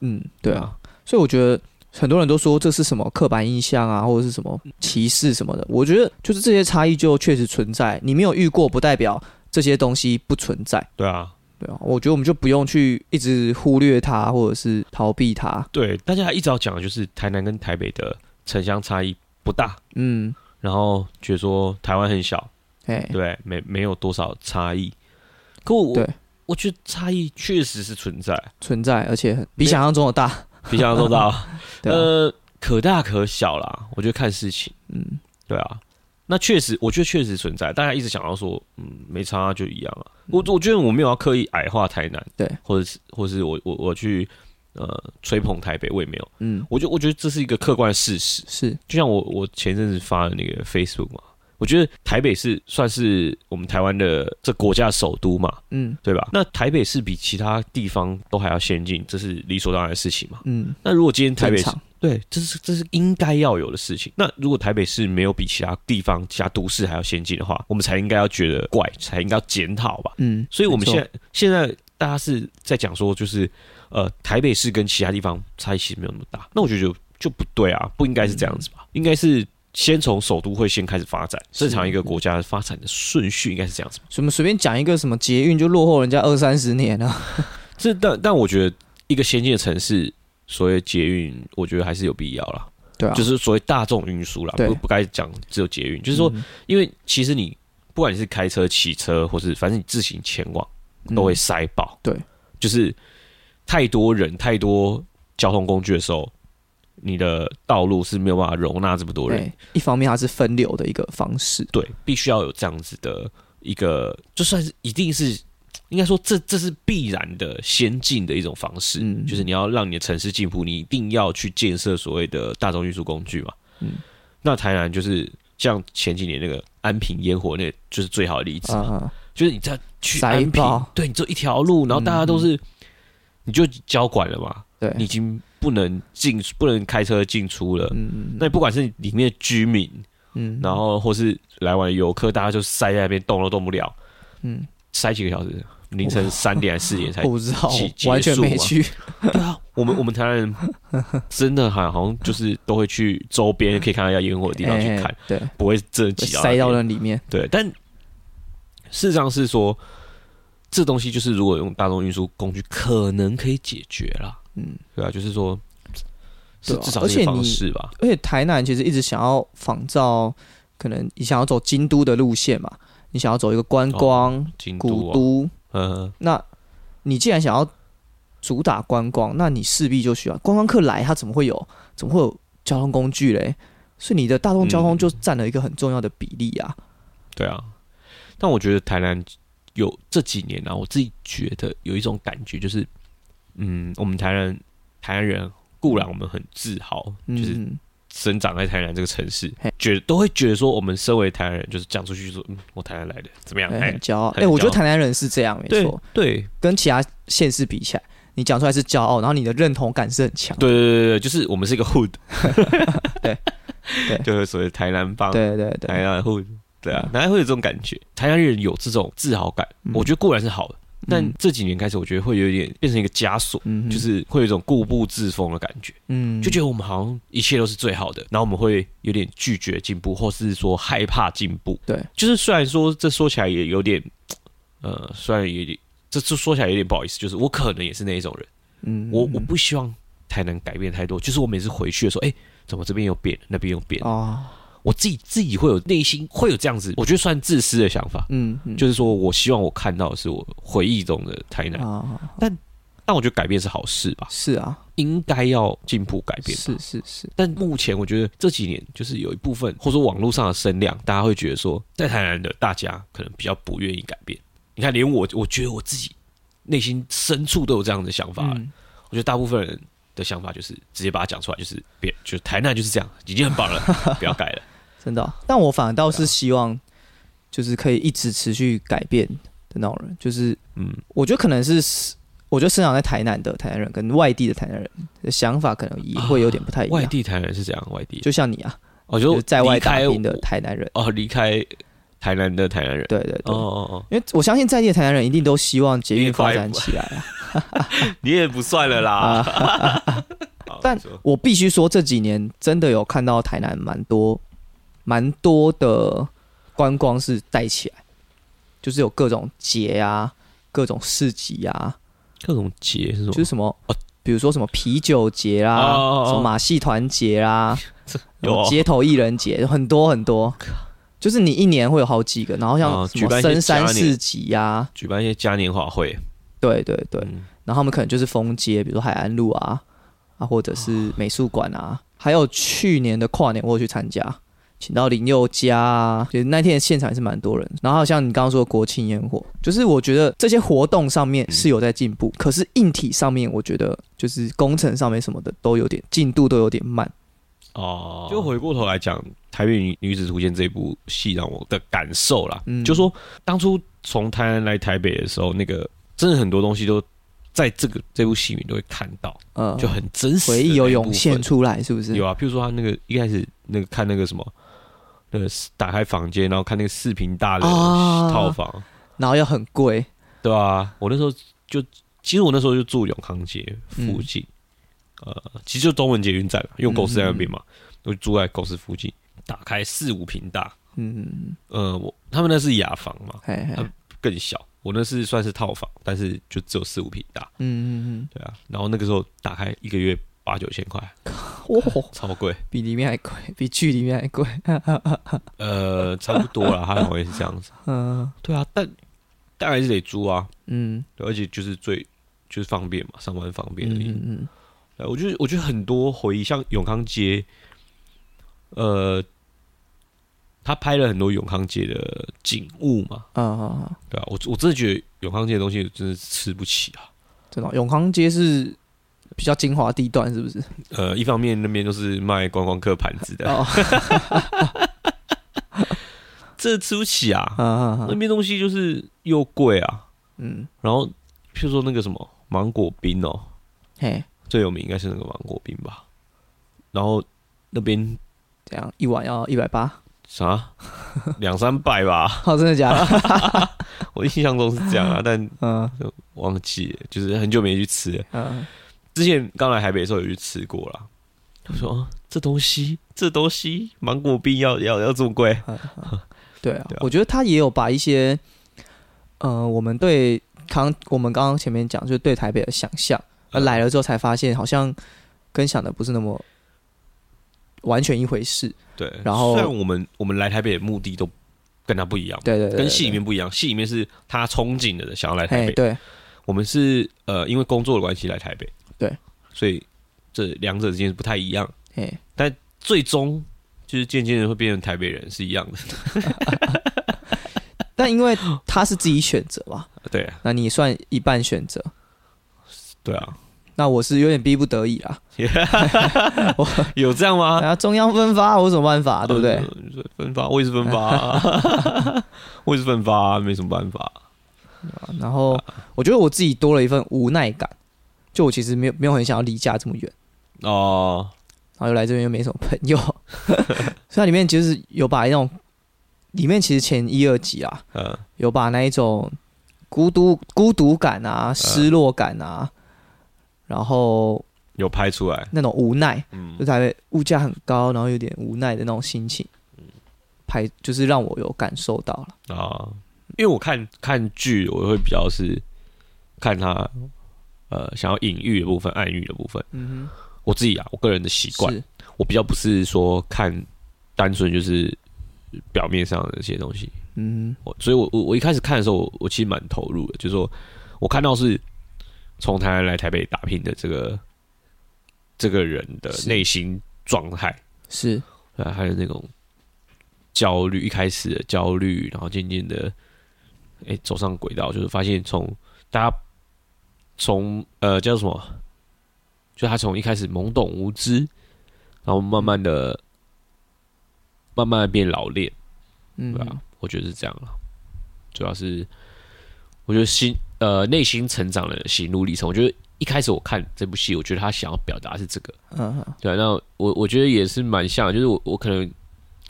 Speaker 1: 嗯，对啊，，所以我觉得很多人都说这是什么刻板印象啊，或者是什么歧视什么的。我觉得就是这些差异就确实存在，你没有遇过，不代表这些东西不存在。
Speaker 2: 对啊，
Speaker 1: 对啊，我觉得我们就不用去一直忽略它，或者是逃避它。
Speaker 2: 对，大家一直要讲的就是台南跟台北的城乡差异不大，
Speaker 1: 嗯，
Speaker 2: 然后觉得说台湾很小，
Speaker 1: 哎、
Speaker 2: 对不对，没没有多少差异。可我
Speaker 1: 对
Speaker 2: 我觉得差异确实是存在，
Speaker 1: 存在，而且很比想象中的大。
Speaker 2: 比想象中大，
Speaker 1: 对啊、
Speaker 2: 呃，可大可小啦，我觉得看事情，
Speaker 1: 嗯，
Speaker 2: 对啊，那确实，我觉得确实存在，大家一直想要说，嗯，没差啊就一样啊，我我觉得我没有要刻意矮化台南，
Speaker 1: 嗯对，
Speaker 2: 或者是或是我我我去呃吹捧台北，我也没有，
Speaker 1: 嗯，
Speaker 2: 我觉我觉得这是一个客观的事实，
Speaker 1: 是，
Speaker 2: 就像我我前阵子发的那个 Facebook 嘛，我觉得台北是算是我们台湾的这国家的首都嘛，
Speaker 1: 嗯
Speaker 2: 对吧？那台北是比其他地方都还要先进，这是理所当然的事情嘛。
Speaker 1: 嗯，
Speaker 2: 那如果今天台
Speaker 1: 正
Speaker 2: 北市
Speaker 1: 常。
Speaker 2: 对，这是这是应该要有的事情。那如果台北市没有比其他地方、其他都市还要先进的话，我们才应该要觉得怪，才应该要检讨吧。
Speaker 1: 嗯，
Speaker 2: 所以我们
Speaker 1: 没错
Speaker 2: 现在现在大家是在讲说，就是呃，台北市跟其他地方差异其实没有那么大。那我觉得就就不对啊，不应该是这样子
Speaker 1: 嗯
Speaker 2: 吧？应该是先从首都会先开始发展，正常一个国家发展的顺序应该是这样子吧。
Speaker 1: 什么随便讲一个什么捷运就落后人家二三十年啊？
Speaker 2: 这但但我觉得一个先进的城市，所谓捷运，我觉得还是有必要啦。
Speaker 1: 对啊，
Speaker 2: 就是是所谓大众运输啦，
Speaker 1: 对嗯
Speaker 2: 不不该讲只有捷运，就是说，因为其实你不管你是开车、骑车，或是反正你自行前往，
Speaker 1: 嗯
Speaker 2: 都会塞爆。
Speaker 1: 对，
Speaker 2: 就是太多人、太多交通工具的时候，你的道路是没有办法容纳这么多人。
Speaker 1: 对，哎一方面它是分流的一个方式，
Speaker 2: 对，必须要有这样子的一个，就算是一定是。应该说这，这是必然的先进的一种方式，
Speaker 1: 嗯
Speaker 2: 就是你要让你的城市进步，你一定要去建设所谓的大众运输工具嘛。
Speaker 1: 嗯，
Speaker 2: 那台南就是像前几年那个安平烟火，那个就是最好的例子
Speaker 1: 啊
Speaker 2: 嘛，
Speaker 1: 啊，
Speaker 2: 就是你在去
Speaker 1: 塞
Speaker 2: 安平
Speaker 1: 爆，
Speaker 2: 对你就一条路，然后大家都
Speaker 1: 嗯
Speaker 2: 是，你就交管了嘛，
Speaker 1: 对，
Speaker 2: 你已经不能进，不能开车进出了。
Speaker 1: 嗯嗯嗯
Speaker 2: 那不管是里面的居民，
Speaker 1: 嗯，
Speaker 2: 然后或是来玩的游客，大家就塞在那边动都动不了，
Speaker 1: 嗯，
Speaker 2: 塞几个小时，凌晨三点还是四点才
Speaker 1: 我。不知道
Speaker 2: 结，结
Speaker 1: 完全
Speaker 2: 束
Speaker 1: 没
Speaker 2: 嘛
Speaker 1: 去，
Speaker 2: 对啊， 我们我们台南人真的好像好像就是都会去周边可以看到要烟火的地方去看
Speaker 1: 哎，对，
Speaker 2: 不会真的
Speaker 1: 会
Speaker 2: 挤
Speaker 1: 塞
Speaker 2: 到
Speaker 1: 到
Speaker 2: 那边
Speaker 1: 那里面，
Speaker 2: 对，但事实上是说，这东西就是如果用大众运输工具，可能可以解决啦。
Speaker 1: 嗯，
Speaker 2: 对啊，就是说，是
Speaker 1: 对啊
Speaker 2: 至少
Speaker 1: 而
Speaker 2: 是一
Speaker 1: 且
Speaker 2: 个方
Speaker 1: 你
Speaker 2: 式吧。
Speaker 1: 而且台南其实一直想要仿照，可能想要走京都的路线嘛，你想要走一个观光、
Speaker 2: 哦京
Speaker 1: 古
Speaker 2: 都、哦，
Speaker 1: 都，
Speaker 2: 嗯，
Speaker 1: 那你既然想要主打观光，那你势必就需要观光客来，他怎么会有怎么会有交通工具嘞？所以你的大众交通
Speaker 2: 嗯
Speaker 1: 就占了一个很重要的比例啊。
Speaker 2: 对啊。但我觉得台南有这几年啊，我自己觉得有一种感觉，就是，嗯，我们台南台南人啊固然我们很自豪，就是
Speaker 1: 嗯，
Speaker 2: 生长在台南这个城市
Speaker 1: 嘿，
Speaker 2: 觉得都会觉得说，我们身为台南人，就是讲出去就说，嗯，我台南来的，怎么样？
Speaker 1: 哎
Speaker 2: 哎
Speaker 1: 很，骄傲。
Speaker 2: 很
Speaker 1: 哎，我觉得
Speaker 2: 骄傲
Speaker 1: 台南人是这样，没
Speaker 2: 对
Speaker 1: 错，嗯
Speaker 2: 对
Speaker 1: 跟其他县市比起来，你讲出来是骄傲，然后你的认同感是很强。
Speaker 2: 对对对对，就是我们是一个 hood，
Speaker 1: 对对
Speaker 2: 就是所谓台南帮，
Speaker 1: 对对
Speaker 2: 台
Speaker 1: 对，
Speaker 2: 南 hood，对哎啊，台南会有这种感觉，台南人有这种自豪感，
Speaker 1: 嗯
Speaker 2: 我觉得固然是好的，但
Speaker 1: 嗯
Speaker 2: 这几年开始，我觉得会有一点变成一个枷锁。
Speaker 1: 嗯哼，
Speaker 2: 就是会有一种固步自封的感觉，
Speaker 1: 嗯，
Speaker 2: 就觉得我们好像一切都是最好的，然后我们会有点拒绝进步，或是说害怕进步。
Speaker 1: 对，
Speaker 2: 就是虽然说这说起来也有点，呃，虽然也这这说起来有点不好意思，就是我可能也是那一种人，
Speaker 1: 嗯，
Speaker 2: 我我不希望太能改变太多，就是我每次回去的时候，哎、怎么这边又变了，那边又变了，
Speaker 1: 哦，
Speaker 2: 我自己自己会有内心会有这样子，我觉得算自私的想法，
Speaker 1: 嗯，嗯
Speaker 2: 就是说我希望我看到的是我回忆中的台南，
Speaker 1: 啊，
Speaker 2: 但我觉得改变是好事吧，
Speaker 1: 是啊，
Speaker 2: 应该要进步改变吧。
Speaker 1: 是是是，
Speaker 2: 但目前我觉得这几年就是有一部分，或者说网络上的声量，大家会觉得说，在台南的大家可能比较不愿意改变。你看，连我，我觉得我自己内心深处都有这样的想法。
Speaker 1: 嗯
Speaker 2: 我觉得大部分人的想法就是直接把它讲出来，就是别，就是台南就是这样，已经 很棒了，不要改了。
Speaker 1: 真的哦、但我反倒
Speaker 2: 啊
Speaker 1: 是希望，就是可以一直持续改变的那种人。就是
Speaker 2: 嗯，
Speaker 1: 我觉得可能是，我觉得生长在台南的台南人跟外地的台南人的想法可能也会有点不太一样。
Speaker 2: 外地台南是这样，外地
Speaker 1: 就像你啊，
Speaker 2: 哦，
Speaker 1: 就
Speaker 2: 就是
Speaker 1: 在外
Speaker 2: 离
Speaker 1: 打
Speaker 2: 开
Speaker 1: 拼的台南人。
Speaker 2: 哦，离开台南的台南人。
Speaker 1: 对对对。
Speaker 2: 哦哦
Speaker 1: 因为我相信在地的台南人一定都希望捷运发展起来啊，
Speaker 2: 哦，你也不算了啦。好
Speaker 1: 但
Speaker 2: 你说
Speaker 1: 我必须说这几年真的有看到台南蛮多蛮多的观光是带起来，就是有各种节啊、各种市集啊，
Speaker 2: 各种节是什么？
Speaker 1: 就是什么
Speaker 2: 哦，
Speaker 1: 比如说什么啤酒节啦，
Speaker 2: 哦哦哦
Speaker 1: 什么马戏团节啦，什
Speaker 2: 有
Speaker 1: 么
Speaker 2: 哦
Speaker 1: 街头艺人节，很多很多。就是你一年会有好几个，然后像
Speaker 2: 哦
Speaker 1: 什
Speaker 2: 举办
Speaker 1: 么
Speaker 2: 一些
Speaker 1: 深山
Speaker 2: 嘉年
Speaker 1: 市集啊呀、
Speaker 2: 举办一些嘉年华会。
Speaker 1: 对对对，
Speaker 2: 嗯
Speaker 1: 然后他们可能就是封街，比如说海岸路啊，啊或者是美术馆啊，还有去年的跨年我有去参加，请到林宥嘉啊，其实那天的现场也是蛮多人。然后还有像你刚刚说的国庆烟火，就是我觉得这些活动上面
Speaker 2: 嗯
Speaker 1: 是有在进步，可是硬体上面我觉得就是工程上面什么的都有点进度都有点慢。
Speaker 2: 哦，就回过头来讲《台北女女子图鉴》这部戏，让我的感受啦，
Speaker 1: 嗯
Speaker 2: 就说当初从台南来台北的时候，那个真的很多东西都在这个这部戏里面都会看到，
Speaker 1: 呃，
Speaker 2: 就很真实的
Speaker 1: 回
Speaker 2: 那一部分，
Speaker 1: 忆有涌现出来，是不是？
Speaker 2: 有啊，譬如说他那个一开始那个看那个什么，那个打开房间，然后看那个四平大的
Speaker 1: 啊
Speaker 2: 套房，
Speaker 1: 然后又很贵，
Speaker 2: 对啊，我那时候就其实我那时候就住永康街附近，呃，其实就东门捷运站嘛，因为我公司在那边嘛，我就住在公司附近，打开四五平大，
Speaker 1: 嗯，
Speaker 2: 呃，我他们那是雅房嘛，
Speaker 1: 嘿嘿，
Speaker 2: 啊更小，我那是算是套房，但是就只有四五平大，
Speaker 1: 嗯嗯
Speaker 2: 对啊，然后那个时候打开一个月八九千块，
Speaker 1: 嗯，哦，
Speaker 2: 超贵，
Speaker 1: 比里面还贵，比剧里面还贵，
Speaker 2: 呃，差不多啦，他好像也是这样子，
Speaker 1: 嗯
Speaker 2: 对啊，但但还是得租啊，
Speaker 1: 嗯，
Speaker 2: 对而且就是最就是方便嘛，上班方便而已。
Speaker 1: 嗯嗯
Speaker 2: 呃，我觉得我觉得很多回忆，像永康街，呃，他拍了很多永康街的景物嘛，
Speaker 1: 嗯啊。
Speaker 2: 对吧、我我真的觉得永康街的东西真的是吃不起啊。
Speaker 1: 真的哦、永康街是比较精华地段，是不是？
Speaker 2: 呃，一方面那边都是卖观光客盘子的，
Speaker 1: 哦，
Speaker 2: 这吃不起啊。
Speaker 1: 啊啊
Speaker 2: 那边东西就是又贵啊，
Speaker 1: 嗯，
Speaker 2: 然后譬如说那个什么芒果冰哦，
Speaker 1: 嘿，
Speaker 2: 最有名应该是那个芒果冰吧。然后那边
Speaker 1: 这样一碗要一百八，
Speaker 2: 啥两三百吧，
Speaker 1: 哦，真的假的？
Speaker 2: 我印象中是这样啊，但
Speaker 1: 嗯
Speaker 2: 忘记了，就是很久没去吃了。
Speaker 1: 嗯
Speaker 2: 之前刚来台北的时候有去吃过啦。我说、啊、这东西，这东西芒果冰要要要这么贵？
Speaker 1: 嗯，嗯对啊
Speaker 2: 对啊，
Speaker 1: 我觉得他也有把一些，呃，我们对刚我们刚刚前面讲，就是对台北的想象，而来了之后才发现，好像跟想的不是那么完全一回事。
Speaker 2: 对，
Speaker 1: 然后
Speaker 2: 虽然我们我们来台北的目的都跟他不一样，
Speaker 1: 对对对对
Speaker 2: 跟戏里面不一样，戏里面是他憧憬的想要来台
Speaker 1: 哎，
Speaker 2: 北，
Speaker 1: 对，
Speaker 2: 我们是呃因为工作的关系来台北，
Speaker 1: 对，
Speaker 2: 所以这两者之间是不太一样，
Speaker 1: 哎，
Speaker 2: 最终就是渐渐的会变成台北人是一样的，
Speaker 1: 但因为他是自己选择嘛，
Speaker 2: 对啊，
Speaker 1: 那你算一半选择，
Speaker 2: 对啊，
Speaker 1: 那我是有点逼不得已啦。
Speaker 2: 有这样吗？
Speaker 1: 然后中央分发，我有什么办法，啊对不对？
Speaker 2: 呃？分发，我也是分发啊， 我也是分发啊，没什么办法。
Speaker 1: 然后我觉得我自己多了一份无奈感，就我其实没有没有很想要离家这么远，
Speaker 2: 哦，
Speaker 1: 然后又来这边又没什么朋友，所以它里面其实有把那种，里面其实前一二集啊，
Speaker 2: 嗯，
Speaker 1: 有把那一种孤独孤独感啊、失落感啊，然后
Speaker 2: 有拍出来，
Speaker 1: 那种无奈，
Speaker 2: 嗯
Speaker 1: 就，台北物价很高，然后有点无奈的那种心情，
Speaker 2: 嗯
Speaker 1: 拍就是让我有感受到了。
Speaker 2: 啊，因为我看看剧，我会比较是看他呃想要隐喻的部分、暗喻的部分。
Speaker 1: 嗯
Speaker 2: 我自己啊，我个人的习
Speaker 1: 哼，
Speaker 2: 惯，
Speaker 1: 是，
Speaker 2: 我比较不是说看单纯就是表面上的一些东西。
Speaker 1: 嗯
Speaker 2: 我所以我，我我一开始看的时候，我我其实蛮投入的，就是说我看到是从台湾来台北打拼的这个这个人的
Speaker 1: 是
Speaker 2: 内心状态，
Speaker 1: 哼，是，
Speaker 2: 啊，还有那种焦虑，一开始的焦虑，然后渐渐的，哎、走上轨道，就是发现从大家从呃叫什么，就他从一开始懵懂无知，然后慢慢的，慢慢的变老练，
Speaker 1: 嗯
Speaker 2: 对啊吧、我觉得是这样了，主要是我觉得心呃内心成长的心路历程，我觉得一开始我看这部戏，我觉得他想要表达是这个。
Speaker 1: 嗯哼，
Speaker 2: 对啊、那我我觉得也是蛮像，就是我我可能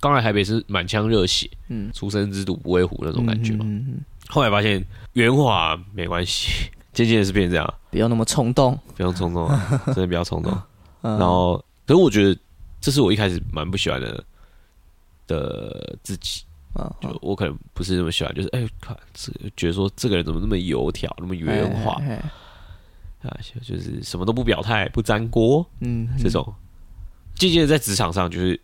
Speaker 2: 刚来台北是满腔热血，
Speaker 1: 嗯，
Speaker 2: 初生之犊不畏虎那
Speaker 1: 这
Speaker 2: 种感觉嘛。
Speaker 1: 嗯哼嗯
Speaker 2: 后来发现原话没关系，渐渐的是变成这样，
Speaker 1: 哼不要那么冲动。
Speaker 2: 不要冲动啊，真的不要冲动。
Speaker 1: 嗯、
Speaker 2: 然后，可是我觉得这是我一开始蛮不喜欢的的自己，
Speaker 1: 嗯，
Speaker 2: 就我可能不是那么喜欢，就是哎，看这觉得说这个人怎么那么油条，那么圆滑
Speaker 1: 哎哎哎
Speaker 2: 啊，就就是什么都不表态，不沾锅
Speaker 1: 嗯，
Speaker 2: 这种，渐渐的在职场上就是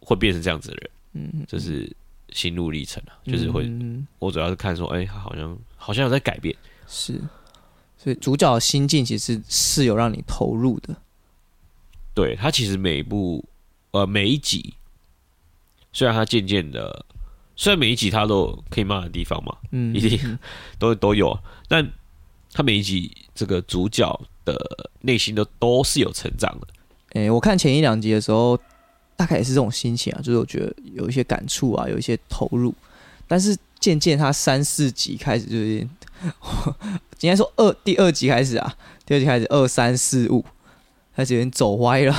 Speaker 2: 会变成这样子的人。
Speaker 1: 嗯，
Speaker 2: 这是心路历程啊，就是会，
Speaker 1: 嗯、
Speaker 2: 我主要是看说，哎、他好像好像有在改变，
Speaker 1: 是，所以主角的心境其实是有让你投入的。
Speaker 2: 对他其实每一部呃每一集，虽然他渐渐的，虽然每一集他都有可以骂的地方嘛，
Speaker 1: 嗯，
Speaker 2: 一定 都都有，但他每一集这个主角的内心都都是有成长的，
Speaker 1: 哎、我看前一两集的时候，大概也是这种心情啊，就是我觉得有一些感触啊，有一些投入，但是渐渐他三四集开始就是有点， 应该说二第二集开始啊，第二集开始二三四五开始有点走歪了，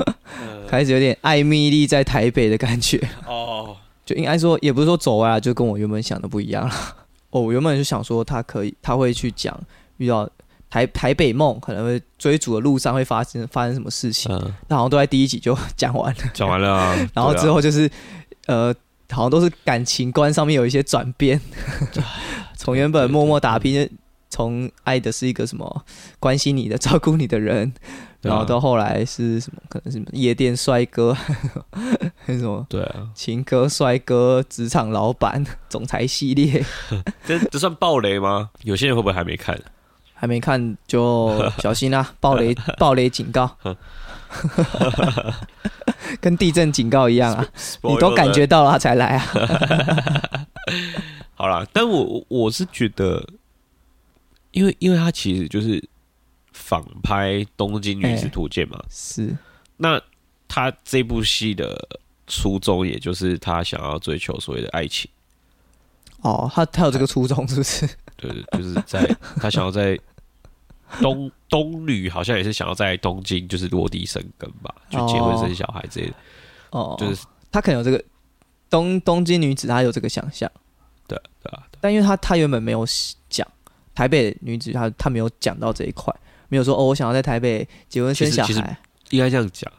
Speaker 1: 开始有点艾米丽在台北的感觉。
Speaker 2: 哦，
Speaker 1: 就应该说也不是说走歪啊，就跟我原本想的不一样了。哦，我原本就想说他可以，他会去讲遇到台台北梦，可能会追逐的路上会发生发生什么事情，
Speaker 2: 嗯，
Speaker 1: 他好像都在第一集就 讲完了，
Speaker 2: 讲完了啊、对啊，
Speaker 1: 然后之后就是、呃，好像都是感情观上面有一些转 变，从原本默默打拼，从爱的是一个什么关心你的、照顾你的人，
Speaker 2: 对啊
Speaker 1: 然后到后来是什么，可能是什么夜店帅哥， 还是什么。
Speaker 2: 对啊，
Speaker 1: 情歌帅哥、职场老板、 总裁系列，
Speaker 2: 这这算暴雷吗？有些人会不会还没看？
Speaker 1: 还没看就小心 啦、暴雷暴雷警告， 跟地震警告一样 啊！你都感觉到了才来啊！
Speaker 2: 好啦，但我我我是觉得，因为因为它其实就是仿拍《东京女
Speaker 1: 哎
Speaker 2: 子图鉴》嘛，
Speaker 1: 是，
Speaker 2: 那他这部戏的初衷，也就是他想要追求所谓的爱情，
Speaker 1: 哦，他他有这个初衷是不 是？
Speaker 2: 对，就是 在他想要在东东旅，好像也是想要在东京就是落地生根吧，就结婚
Speaker 1: 哦
Speaker 2: 生小孩之类的，
Speaker 1: 哦，
Speaker 2: 就是
Speaker 1: 他可能有这个东东京女子，她有这个想象，
Speaker 2: 对对啊，
Speaker 1: 但因为她她原本没有讲台北女子，她她没有讲到这一块，没有说哦，我想要在台北结婚生
Speaker 2: 其实
Speaker 1: 小
Speaker 2: 其实
Speaker 1: 孩。
Speaker 2: 应该这样讲。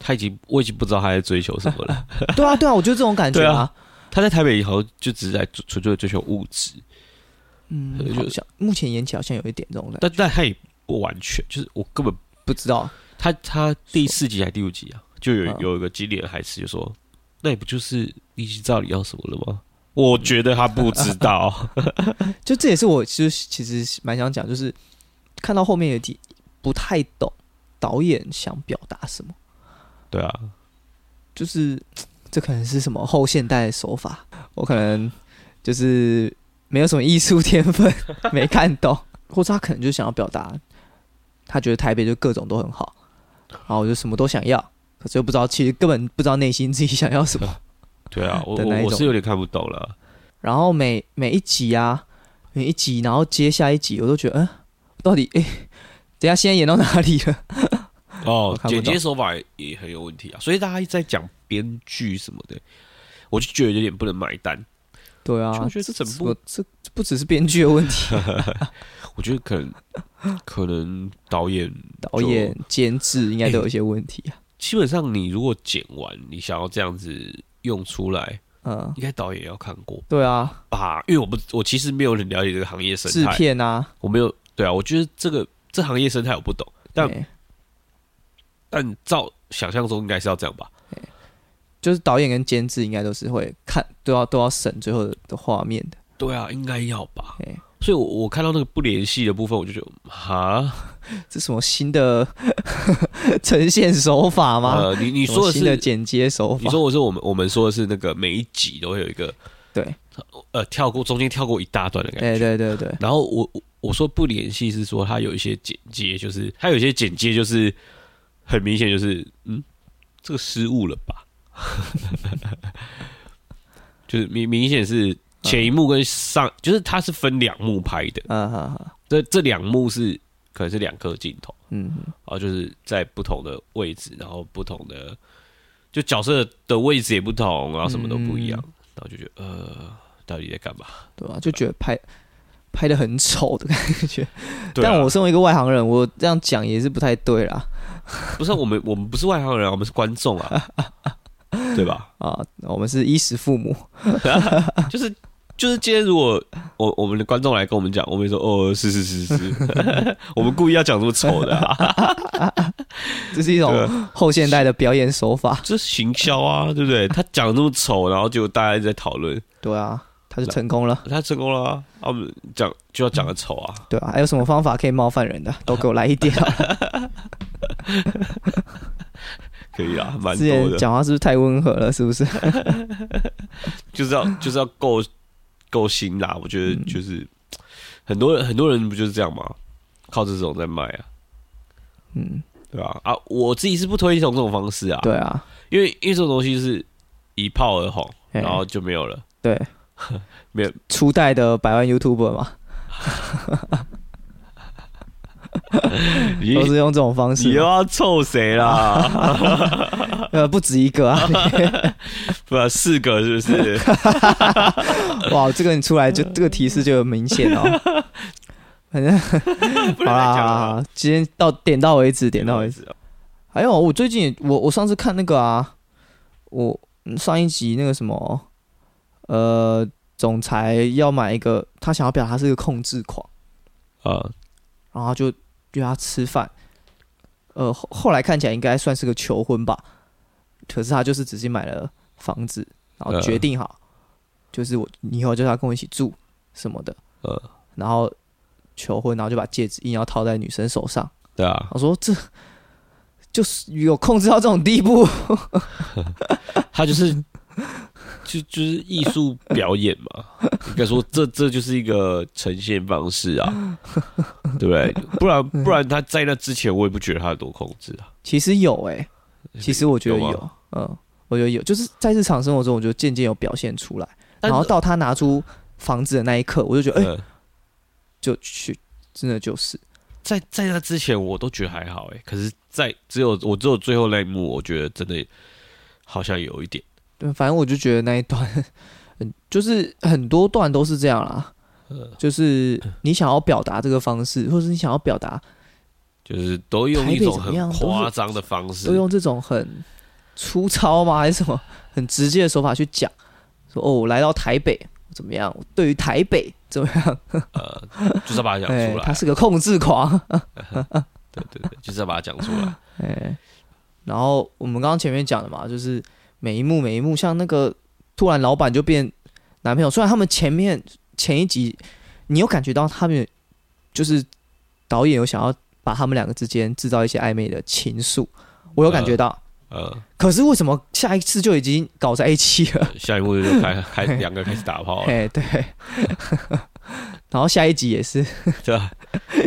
Speaker 2: 他已经，我已经不知道他在追求什 么了。
Speaker 1: 对啊，对啊，我就这种感觉
Speaker 2: 对啊
Speaker 1: 啊
Speaker 2: 他在台北好像就只是在纯纯粹追求物质，
Speaker 1: 嗯，
Speaker 2: 就
Speaker 1: 好像目前演起来好像有一点这种感觉，
Speaker 2: 但但他也不完全，就是我根本
Speaker 1: 不知道
Speaker 2: 他他第四集还是第五集啊，就有
Speaker 1: 嗯
Speaker 2: 有一个经典的台词就说，那你不就是你已经知道你要什么了吗？我觉得他不知 道，
Speaker 1: 就这也是我其实其实蛮想讲，就是看到后面有题不太懂导演想表达什么，
Speaker 2: 对啊，
Speaker 1: 就是这可能是什么后现代的手法，我可能就是没有什么艺术天分， 没看懂，或者他可能就想要表达，他觉得台北就各种都很好，然后我就什么都想要，可是又不知道其实根本不知道内心自己想要什么。
Speaker 2: 对啊，我
Speaker 1: 的那一
Speaker 2: 我我
Speaker 1: 种
Speaker 2: 是有点看不懂了。
Speaker 1: 然后每每一集啊，每一集，然后接下一集，我都觉得，嗯，到底诶，等一下现在演到哪里了？我
Speaker 2: 哦，
Speaker 1: 看不
Speaker 2: 剪
Speaker 1: 懂
Speaker 2: 接手法也也很有问题啊，所以大家一直在讲编剧什么的，我就觉得有点不能买单。
Speaker 1: 对啊，
Speaker 2: 就我觉得这整
Speaker 1: 什
Speaker 2: 部
Speaker 1: 么，这这不只是编剧的问 题，
Speaker 2: 我觉得 可能可能导演
Speaker 1: 导演、监制应该都有一些问题啊。
Speaker 2: 基本上，你如果剪完，你想要这样子用出来，
Speaker 1: 嗯，
Speaker 2: 应该导演也要看过
Speaker 1: 对啊，
Speaker 2: 吧？因为我不，我其实没有很了解这个行业生
Speaker 1: 制
Speaker 2: 态，
Speaker 1: 片啊，
Speaker 2: 我没有对啊，我觉得这个这行业生态我不懂，但
Speaker 1: 对，
Speaker 2: 但照想象中应该是要这样吧？
Speaker 1: 就是导演跟监制应该都是会看，都要都要审最后的的画面的。
Speaker 2: 对啊，应该要吧
Speaker 1: 对？
Speaker 2: 所以我，我看到那个不联系的部分，我就觉得哈，
Speaker 1: 这什么新的 呈现手法吗？
Speaker 2: 呃，你你
Speaker 1: 什么
Speaker 2: 说的
Speaker 1: 新的
Speaker 2: 是，
Speaker 1: 剪接手法？
Speaker 2: 你说我是我们我们说的是那个每一集都会有一个
Speaker 1: 对，
Speaker 2: 呃跳过中间跳过一大段的感觉，
Speaker 1: 哎，对对对，
Speaker 2: 然后我我我说不联系是说他有一些剪接，就是他有一些剪接就是很明显就是嗯，这个失误了吧， 就是明明显是前一幕跟上，就是它是分两幕拍的，
Speaker 1: 嗯好好，
Speaker 2: 这这两幕是可能是两颗镜头，
Speaker 1: 嗯，
Speaker 2: 然后就是在不同的位置，然后不同的就角色的位置也不同，然后什么都不一样，然后就觉得呃，到底在干嘛？
Speaker 1: 对啊，就觉得拍拍的很丑的感觉。
Speaker 2: 对啊
Speaker 1: 但我身为一个外行人，我这样讲也是不太对啦。
Speaker 2: 不是我们，我们不是外行人啊，我们是观众啊，对吧？
Speaker 1: 啊，我们是衣食父母，
Speaker 2: 就是就是今天如果我我们的观众来跟我们讲，我们也说哦，是是是是，我们故意要讲这么丑的、啊，
Speaker 1: 这是一
Speaker 2: 对
Speaker 1: 种
Speaker 2: 啊
Speaker 1: 后现代的表演手法。
Speaker 2: 这是行销啊，对不对？他讲得这么丑，然后就大家一直在讨论，
Speaker 1: 对啊，他就成功了。
Speaker 2: 他成功了啊，啊我们讲就要讲的丑啊，
Speaker 1: 对啊，还有什么方法可以冒犯人的？都给我来一点好啊了。
Speaker 2: 可以啊，蛮
Speaker 1: 之
Speaker 2: 多
Speaker 1: 前
Speaker 2: 的，
Speaker 1: 讲话是不是太温和了？是不是？
Speaker 2: 就是要就是要 够够新啦，我觉得
Speaker 1: 嗯
Speaker 2: 就是、很多人很多人不就是这样吗？靠这种在卖啊，
Speaker 1: 嗯，
Speaker 2: 对吧、啊？啊，我自己是不推崇这种方式啊，
Speaker 1: 对啊，
Speaker 2: 因为因为这种东西是一炮而红，
Speaker 1: 嘿
Speaker 2: 然后就没 有了。，
Speaker 1: 对
Speaker 2: 没有
Speaker 1: 初代的百万 YouTuber 嘛，
Speaker 2: 你
Speaker 1: 都是用这种方式。
Speaker 2: 你又要臭 谁啦？
Speaker 1: 呃，不止一个啊！
Speaker 2: 不，四个 是不是？
Speaker 1: 哇，这个你出来就这个提示就很明显哦。反正好啦好
Speaker 2: 不能再讲
Speaker 1: 啦，
Speaker 2: 了
Speaker 1: 好
Speaker 2: 吧。
Speaker 1: 啦今天到点到为止，点到为止。
Speaker 2: 止。
Speaker 1: 还有，我最近也我我上次看那个啊，我嗯上一集那个什么，呃，总裁要买一个，他想要表达他是一个控制狂，
Speaker 2: 啊，
Speaker 1: 然后他就约他吃饭，呃，后后来看起来应该算是个求婚吧，可是他就是只是买了房子，然后
Speaker 2: 呃
Speaker 1: 决定好，就是我你以后就要跟我一起住什么的，
Speaker 2: 呃，
Speaker 1: 然后求婚，然后就把戒指硬要套在女生手上。
Speaker 2: 对啊，
Speaker 1: 我说这就是有控制到这种地步，
Speaker 2: 他就是就就是艺术表演嘛。应该说这这就是一个呈现方式啊，对不对？不然 不然他在那之前，我也不觉得他有多控制啊。
Speaker 1: 其实有哎、其实我觉得
Speaker 2: 有吗
Speaker 1: 有，嗯，我觉得有，就是在日常生活中，我就渐渐有表现出来。
Speaker 2: 但
Speaker 1: 然后到他拿出房子的那一刻，我就觉得，哎、
Speaker 2: 呃
Speaker 1: 就去，真的就是，
Speaker 2: 在在那之前我都觉得还好哎、可是在只有我只有最后那一幕，我觉得真的好像有一点，
Speaker 1: 对，反正我就觉得那一段，嗯，就是很多段都是这样啦。
Speaker 2: 呃
Speaker 1: 就是你想要表达这个方式，或者是你想要表达，
Speaker 2: 就是都用一
Speaker 1: 台北
Speaker 2: 种
Speaker 1: 怎么
Speaker 2: 很
Speaker 1: 样
Speaker 2: 夸张的方式
Speaker 1: 都，用这种很粗糙吗？还是什么很直接的手法去讲？说哦，我来到台北怎么样？我对于台北怎么样？
Speaker 2: 呃，就是要把它讲
Speaker 1: 哎、
Speaker 2: 出 来
Speaker 1: 他，是个控制狂。
Speaker 2: 对对对，就是要把它讲出来。
Speaker 1: 然后我们刚刚前面讲的嘛，就是每一幕每一幕，像那个突然老板就变男朋友，虽然他们前面前一集你有感觉到他们就是导演有想要把他们两个之间制造一些暧昧的情愫，我有感觉到。
Speaker 2: 呃，
Speaker 1: 可是为什么下一次就已经搞在一起了？
Speaker 2: 下一幕就开开两个开始打炮了，啊
Speaker 1: 哎，对。然后下一集也是，
Speaker 2: 对吧？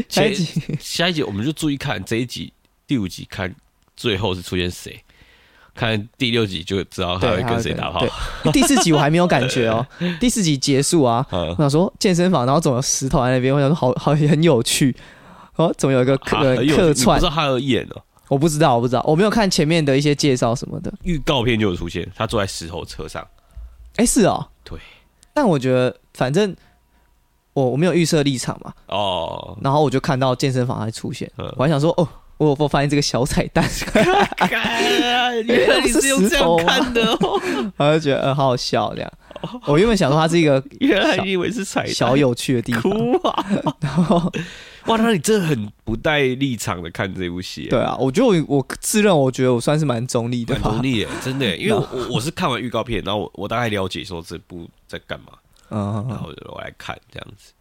Speaker 1: 下一
Speaker 2: 前
Speaker 1: 集
Speaker 2: 下一集我们就注意看这一集第五集，看最后是出现谁，看第六集就知道他会
Speaker 1: 对，
Speaker 2: 跟谁打炮
Speaker 1: 对。，第四集我还没有感觉 哦，第四集结束啊，我
Speaker 2: 嗯，
Speaker 1: 想说健身房，然后总有石头在那边，我想说好好很有趣。哦，总有一个 客、
Speaker 2: 啊
Speaker 1: 呃
Speaker 2: 很有
Speaker 1: 客
Speaker 2: 你不
Speaker 1: 串
Speaker 2: 知，道他有演哦，
Speaker 1: 我不知道，我不知道，我没有看前面的一些介绍什么的。
Speaker 2: 预告片就有出现，他坐在石头车上，
Speaker 1: 哎、是哦，
Speaker 2: 对。
Speaker 1: 但我觉得反正我我没有预设立场嘛，
Speaker 2: 哦，
Speaker 1: 然后我就看到健身房还出现，
Speaker 2: 嗯
Speaker 1: 我还想说哦，我有发现这个小彩蛋，
Speaker 2: 原来你是用这样看的哦，
Speaker 1: 然后就觉得呃好好笑这样。我原本想说它是一个
Speaker 2: 原来你以为是彩蛋
Speaker 1: 小有趣的地方，
Speaker 2: 哭啊！
Speaker 1: 然后
Speaker 2: 哇，那你真的很不带立场的看这部戏，
Speaker 1: 对，啊，我觉得我我自认我觉得我算是蛮中立的
Speaker 2: 很
Speaker 1: 吧
Speaker 2: 同，意 耶，真的耶，因为我我我是看完预告片，然后我我大概了解说这部在干嘛，
Speaker 1: 嗯，
Speaker 2: 然后我就我来看这样子。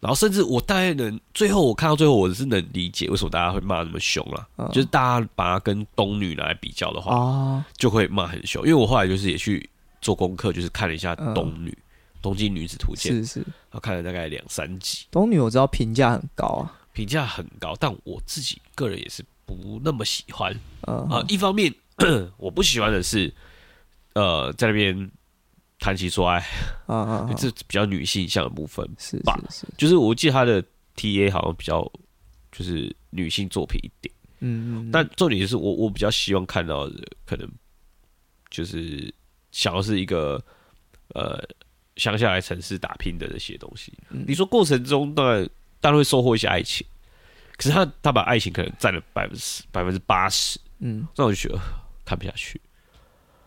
Speaker 2: 然后甚至我大概能，最后我看到最后，我是能理解为什么大家会骂那么凶啦、
Speaker 1: 嗯
Speaker 2: 就是大家把它跟东女拿来比较的话，
Speaker 1: 啊，
Speaker 2: 就会骂很凶。因为我后来就是也去做功课，就是看了一下东女、东京女子图鉴》，
Speaker 1: 嗯是是，
Speaker 2: 然后看了大概两三集，
Speaker 1: 东女我知道评价很高啊，
Speaker 2: 评价很高，但我自己个人也是不那么喜欢
Speaker 1: 嗯
Speaker 2: 啊、一方面 我不喜欢的是，呃，在那边谈起说爱，
Speaker 1: 啊啊，啊
Speaker 2: 这比较女性向的部分。
Speaker 1: 是
Speaker 2: 吧
Speaker 1: 是是，
Speaker 2: 就是我记得他的 T A 好像比较就是女性作品一点，
Speaker 1: 嗯，嗯
Speaker 2: 但重点就是我我比较希望看到的可能就是想要是一个呃乡下来城市打拼的这些东西。
Speaker 1: 嗯
Speaker 2: 你说过程中当然当然会收获一些爱情，可是他他把爱情可能占了百分之百分之八十，
Speaker 1: 嗯
Speaker 2: 那我就觉得呃看不下去，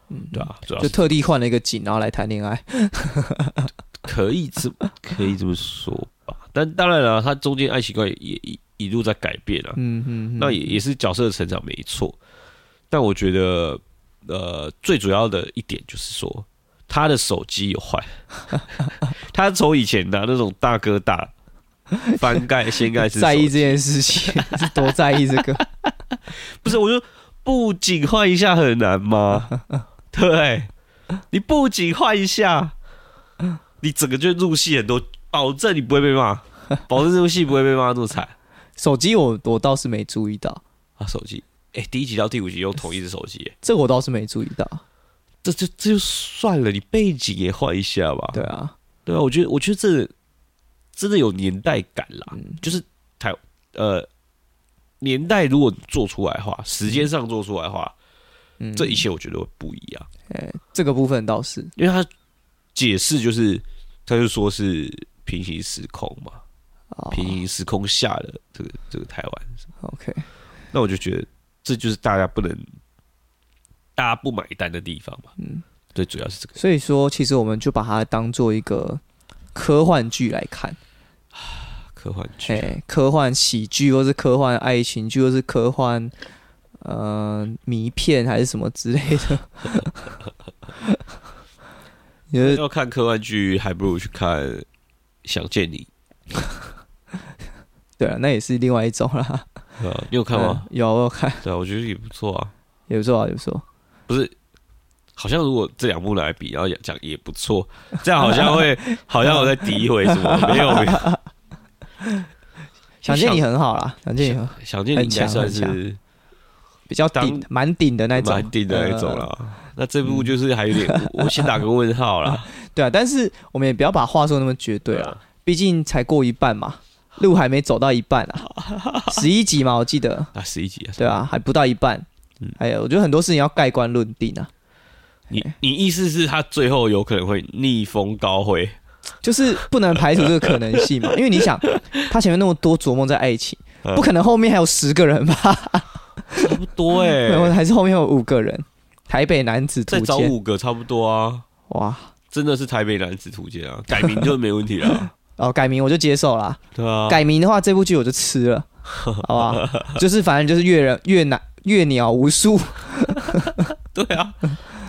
Speaker 1: 嗯，
Speaker 2: 对啊，主要
Speaker 1: 就是特地换了一个景，然后来谈恋爱，
Speaker 2: 可以 这可以这么说吧。但当然了、啊他中间爱情观也也一一路在改变啊，
Speaker 1: 嗯嗯，嗯
Speaker 2: 那也也是角色的成长没错，但我觉得呃最主要的一点就是说他的手机 有坏，他从以前拿那种大哥大翻盖掀盖式手
Speaker 1: 在意
Speaker 2: 机，
Speaker 1: 这件事情 是多在意这个，
Speaker 2: 不是我就不仅换一下很难吗？ 对，你不仅换一下，你整个就入戏很多，保证你不会被骂，保证这部戏不会被骂那么惨
Speaker 1: 手机我我倒是没注意到，
Speaker 2: 啊！手机，哎、第一集到第五集用同一只手机、欸
Speaker 1: 这个我倒是没注意到，
Speaker 2: 这就这就算了，你背景也换一下吧。
Speaker 1: 对啊，
Speaker 2: 对啊，我觉得我觉得这真的有年代感啦，
Speaker 1: 嗯
Speaker 2: 就是台呃年代如果做出来的话，时间上做出来的话，
Speaker 1: 嗯，
Speaker 2: 这一切我觉得会不一样，
Speaker 1: 哎这个部分倒是，
Speaker 2: 因为他解释就是他就说是平行时空嘛，
Speaker 1: 哦
Speaker 2: 平行时空下的这个这个台湾，
Speaker 1: ，OK，
Speaker 2: 那我就觉得这就是大家不能大家不买单的地方嘛。
Speaker 1: 嗯，
Speaker 2: 最主要是这个，
Speaker 1: 所以说其实我们就把它当做一个科幻剧来看。
Speaker 2: 科幻剧
Speaker 1: 哎、科幻喜剧，或是科幻爱情剧，或是科幻呃迷片还是什么之类的。 你觉得
Speaker 2: 要看科幻剧，还不如去看《想见你
Speaker 1: 对啊，那也是另外一种啦。》
Speaker 2: 啊，你有看吗？
Speaker 1: 嗯有我有看，
Speaker 2: 对啊，我觉得也不错啊。
Speaker 1: 也不错啊，也不错。
Speaker 2: 不是，好像如果这两部来比，然后讲也不错，这样好 像会好像我在诋毁什么？没有，没有。
Speaker 1: 想见你很好啦，想见你很
Speaker 2: 想见你应该算是
Speaker 1: 比较
Speaker 2: 当
Speaker 1: 顶，蛮顶的那种，
Speaker 2: 蛮顶的那种
Speaker 1: 呃
Speaker 2: 啦。那这部就是还有点， 我我先打个问号啦。
Speaker 1: 对啊，但是我们也不要把话说那么绝对啊，
Speaker 2: 啊，
Speaker 1: 毕竟才过一半嘛，路还没走到一半 啊，十一集嘛，我记得。
Speaker 2: 啊，十一集啊。
Speaker 1: 对啊，还不到一半。
Speaker 2: 嗯
Speaker 1: 哎呀，我觉得很多事情要盖棺论定啊，
Speaker 2: 你你意思是他最后有可能会逆风高飞？
Speaker 1: 就是不能排除这个可能性 嘛。因为你想，他前面那么多琢磨在爱情，
Speaker 2: 嗯
Speaker 1: 不可能后面还有十个人吧？
Speaker 2: 差不多哎、
Speaker 1: 然后还是后面有五个人。台北男子
Speaker 2: 再
Speaker 1: 图
Speaker 2: 找
Speaker 1: 鉴，
Speaker 2: 五个差不多啊。
Speaker 1: 哇，
Speaker 2: 真的是台北男子图鉴啊，改名就没问 题了。啊
Speaker 1: 哦，改名我就接受啦。
Speaker 2: 对啊，
Speaker 1: 改名的话，这部剧我就吃 了，好不好？就是反正就是越人越难越鸟无数，哎
Speaker 2: 对啊。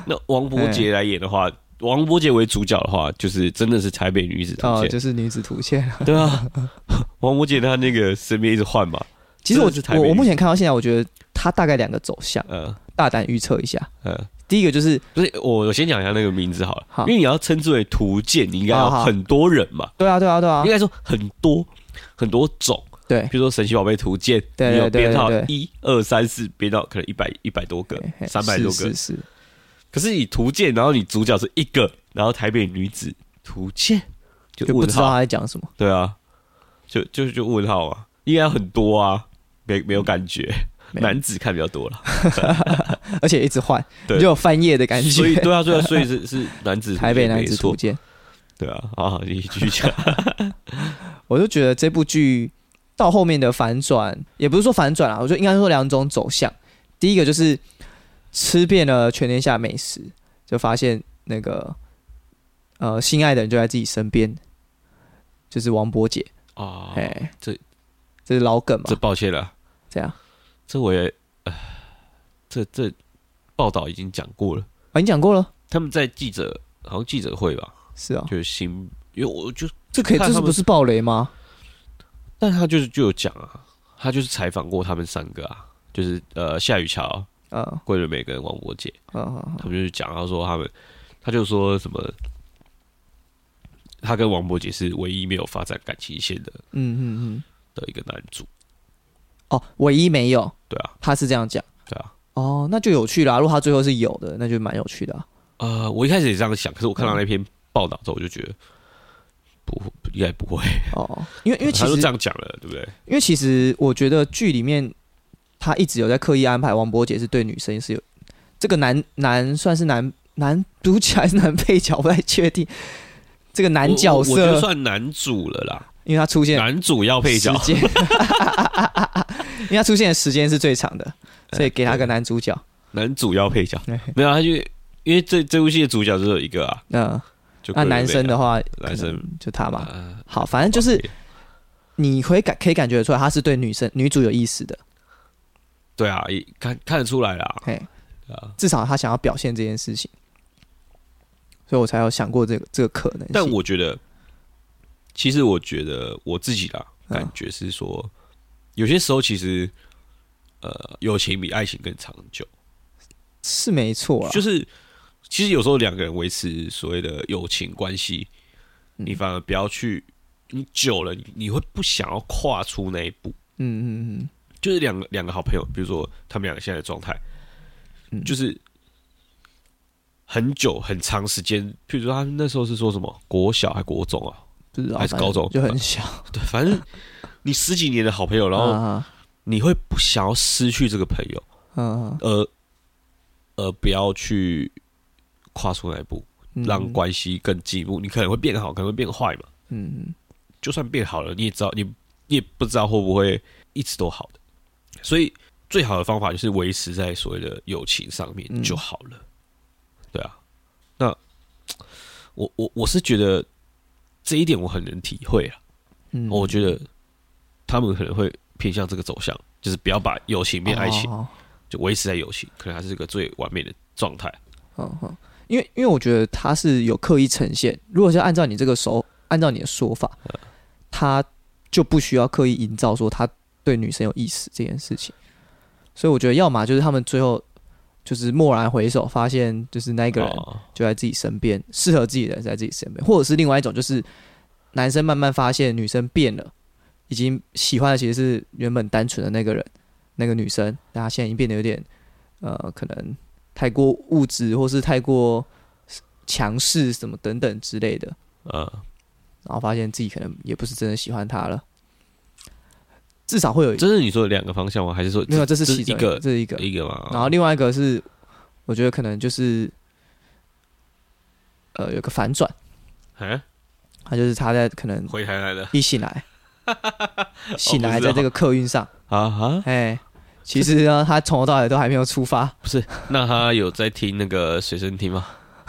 Speaker 2: 那王伯杰来演的话，王波杰为主角的话，就是真的是台北女子图
Speaker 1: 啊，
Speaker 2: 鉴，
Speaker 1: 就是女子图鉴。
Speaker 2: 对啊， 王波杰他那个身边一直换嘛，
Speaker 1: 其实
Speaker 2: 真
Speaker 1: 我
Speaker 2: 的是台北
Speaker 1: 我我目
Speaker 2: 女
Speaker 1: 前看到现在，我觉得它大概两个走向，
Speaker 2: 呃
Speaker 1: 大胆预测一下。
Speaker 2: 呃，
Speaker 1: 第一个就是
Speaker 2: 不是我我先讲一下那个名字好了，
Speaker 1: 好
Speaker 2: 因为你要称之为图鉴，你应该
Speaker 1: 好
Speaker 2: 有
Speaker 1: 好
Speaker 2: 很多人嘛，
Speaker 1: 对啊对啊对啊
Speaker 2: 应，该说很多很多种，
Speaker 1: 对
Speaker 2: 比如说神奇宝贝图鉴，
Speaker 1: 对对
Speaker 2: 你有编号
Speaker 1: 对对
Speaker 2: 一二三四，编到可能一百一百多个
Speaker 1: 嘿嘿，
Speaker 2: 三百多
Speaker 1: 是
Speaker 2: 个
Speaker 1: 是，是，
Speaker 2: 可是你图鉴，然后你主角是一个，然后台北女子图鉴就
Speaker 1: 就不
Speaker 2: 问
Speaker 1: 知道
Speaker 2: 号，
Speaker 1: 他在讲什么。
Speaker 2: 对啊，就就就问号啊，应该很多啊，没没有感觉，
Speaker 1: 没
Speaker 2: 男子看比较多了，
Speaker 1: 而且一直换，
Speaker 2: 对
Speaker 1: 你就有翻页的感
Speaker 2: 所以
Speaker 1: 觉。
Speaker 2: 对啊对啊，所以是 是男子图鉴
Speaker 1: 台北男
Speaker 2: 没
Speaker 1: 子
Speaker 2: 错
Speaker 1: 图鉴，
Speaker 2: 对啊，好好你继 续讲，
Speaker 1: 我就觉得这部剧到后面的反转，也不是说反转啦，我觉得应该说两种走向。第一个就是吃遍了全天下美食，就发现那个呃心爱的人就在自己身边，就是王伯姐，
Speaker 2: 哦，
Speaker 1: 哎、
Speaker 2: 这
Speaker 1: 这是老梗嘛
Speaker 2: 这，抱歉了，
Speaker 1: 这样
Speaker 2: 这我也，呃这这报道已经讲过了，
Speaker 1: 啊，你讲过了，
Speaker 2: 他们在记者好像记者会吧，
Speaker 1: 是啊、
Speaker 2: 就是新，因为我就
Speaker 1: 这可以，
Speaker 2: 看
Speaker 1: 这是
Speaker 2: 他们
Speaker 1: 不是暴雷吗？
Speaker 2: 但他就是就有讲啊，他就是采访过他们三个啊，就是呃夏雨乔、
Speaker 1: 嗯
Speaker 2: 桂纶镁跟王柏杰，
Speaker 1: 嗯嗯
Speaker 2: 他们就是讲到说他们，他就说什么，他跟王柏杰是唯一没有发展感情线的
Speaker 1: 嗯嗯嗯，
Speaker 2: 的一个男主，
Speaker 1: 哦，唯一没有，
Speaker 2: 对啊，
Speaker 1: 他是这样讲。
Speaker 2: 对啊，
Speaker 1: 哦，那就有趣啦。如果他最后是有的，那就蛮有趣的啊、
Speaker 2: 呃，我一开始也这样想，可是我看到那篇报道之后，我就觉得不应该不会，
Speaker 1: 哦。因为因为其
Speaker 2: 他都
Speaker 1: 实
Speaker 2: 这样讲了，对不对？
Speaker 1: 因为其实我觉得剧里面他一直有在刻意安排王伯杰是对女生是有这个男男算是男男主角还是男配角，不太确定。这个男角
Speaker 2: 我我我觉得
Speaker 1: 色，
Speaker 2: 算男主了啦，
Speaker 1: 因为他出现
Speaker 2: 男主要配
Speaker 1: 时
Speaker 2: 角，
Speaker 1: 间，因为他出现的时间是最长的，
Speaker 2: 哎
Speaker 1: 所以给他个男主角。
Speaker 2: 男主要配角，
Speaker 1: 嗯，
Speaker 2: 没有，啊他就因为这这部戏的主角只有一个啊，
Speaker 1: 那
Speaker 2: 就
Speaker 1: 那
Speaker 2: 桂纶镁啊
Speaker 1: 男生的话，
Speaker 2: 男生
Speaker 1: 可能就他嘛。
Speaker 2: 啊，
Speaker 1: 好，反正就是你会感可以感觉得出来，他是对女生女主有意思的。
Speaker 2: 对啊，一看看得出来啦，
Speaker 1: 嘿，
Speaker 2: 对啊，
Speaker 1: 至少他想要表现这件事情，所以我才有想过这个这个可能性。
Speaker 2: 但我觉得，其实我觉得我自己啦，
Speaker 1: 嗯
Speaker 2: 感觉是说，有些时候其实，呃，友情比爱情更长久，
Speaker 1: 是没错啊啦，
Speaker 2: 就是其实有时候两个人维持所谓的友情关系，
Speaker 1: 嗯
Speaker 2: 你反而不要去，你久了你你会不想要跨出那一步，
Speaker 1: 嗯嗯嗯，
Speaker 2: 就是两个两个好朋友，比如说他们两个现在的状态，
Speaker 1: 嗯
Speaker 2: 就是很久很长时间，譬如说他们那时候是说什么国小还国中啊，
Speaker 1: 不知道
Speaker 2: 还是
Speaker 1: 反正
Speaker 2: 高中
Speaker 1: 就很小，
Speaker 2: 对，反正你十几年的好朋友，然后
Speaker 1: 啊
Speaker 2: 你会不想要失去这个朋友，
Speaker 1: 嗯
Speaker 2: 而而不要去跨出那一步，
Speaker 1: 嗯，
Speaker 2: 让关系更进一步，你可能会变好，可能会变坏嘛，
Speaker 1: 嗯嗯
Speaker 2: 就算变好了，你也知道你你也不知道会不会一直都好的，所以最好的方法就是维持在所谓的友情上面
Speaker 1: 嗯
Speaker 2: 就好了。对啊，那我我我是觉得这一点我很能体会啊，
Speaker 1: 嗯，
Speaker 2: 我觉得他们可能会偏向这个走向，就是不要把友情变爱情，
Speaker 1: 哦
Speaker 2: 就维持在友情，可能还是一个最完美的状态。
Speaker 1: 嗯嗯，因为因为我觉得他是有刻意呈现，如果是按照你这个手，按照你的说法，
Speaker 2: 嗯
Speaker 1: 他就不需要刻意营造说他对女生有意思这件事情，所以我觉得要么就是他们最后就是蓦然回首，发现就是那一个人
Speaker 2: 哦
Speaker 1: 就在自己身边，适合自己的人在自己身边，或者是另外一种就是男生慢慢发现女生变了，已经喜欢的其实是原本单纯的那个人，那个女生，但她现在已经变得有点呃，可能太过物质或是太过强势什么等等之类的，
Speaker 2: 呃，
Speaker 1: 然后发现自己可能也不是真的喜欢她了，至少会有一
Speaker 2: 这是你说的两个方向吗？还是说
Speaker 1: 没有，这是
Speaker 2: 这
Speaker 1: 其中
Speaker 2: 一个
Speaker 1: 这是一个，
Speaker 2: 一个吗？
Speaker 1: 然后另外一个是，我觉得可能就是呃有个反转。
Speaker 2: 哎，
Speaker 1: 他就是他在可能
Speaker 2: 回台来的
Speaker 1: 一醒来，醒
Speaker 2: 哦不
Speaker 1: 来
Speaker 2: 是
Speaker 1: 在
Speaker 2: 哦
Speaker 1: 这个客运上，
Speaker 2: 啊哈，
Speaker 1: 哎、其实呢，他从头到尾都还没有出发，
Speaker 2: 那他有在听那个随身听吗？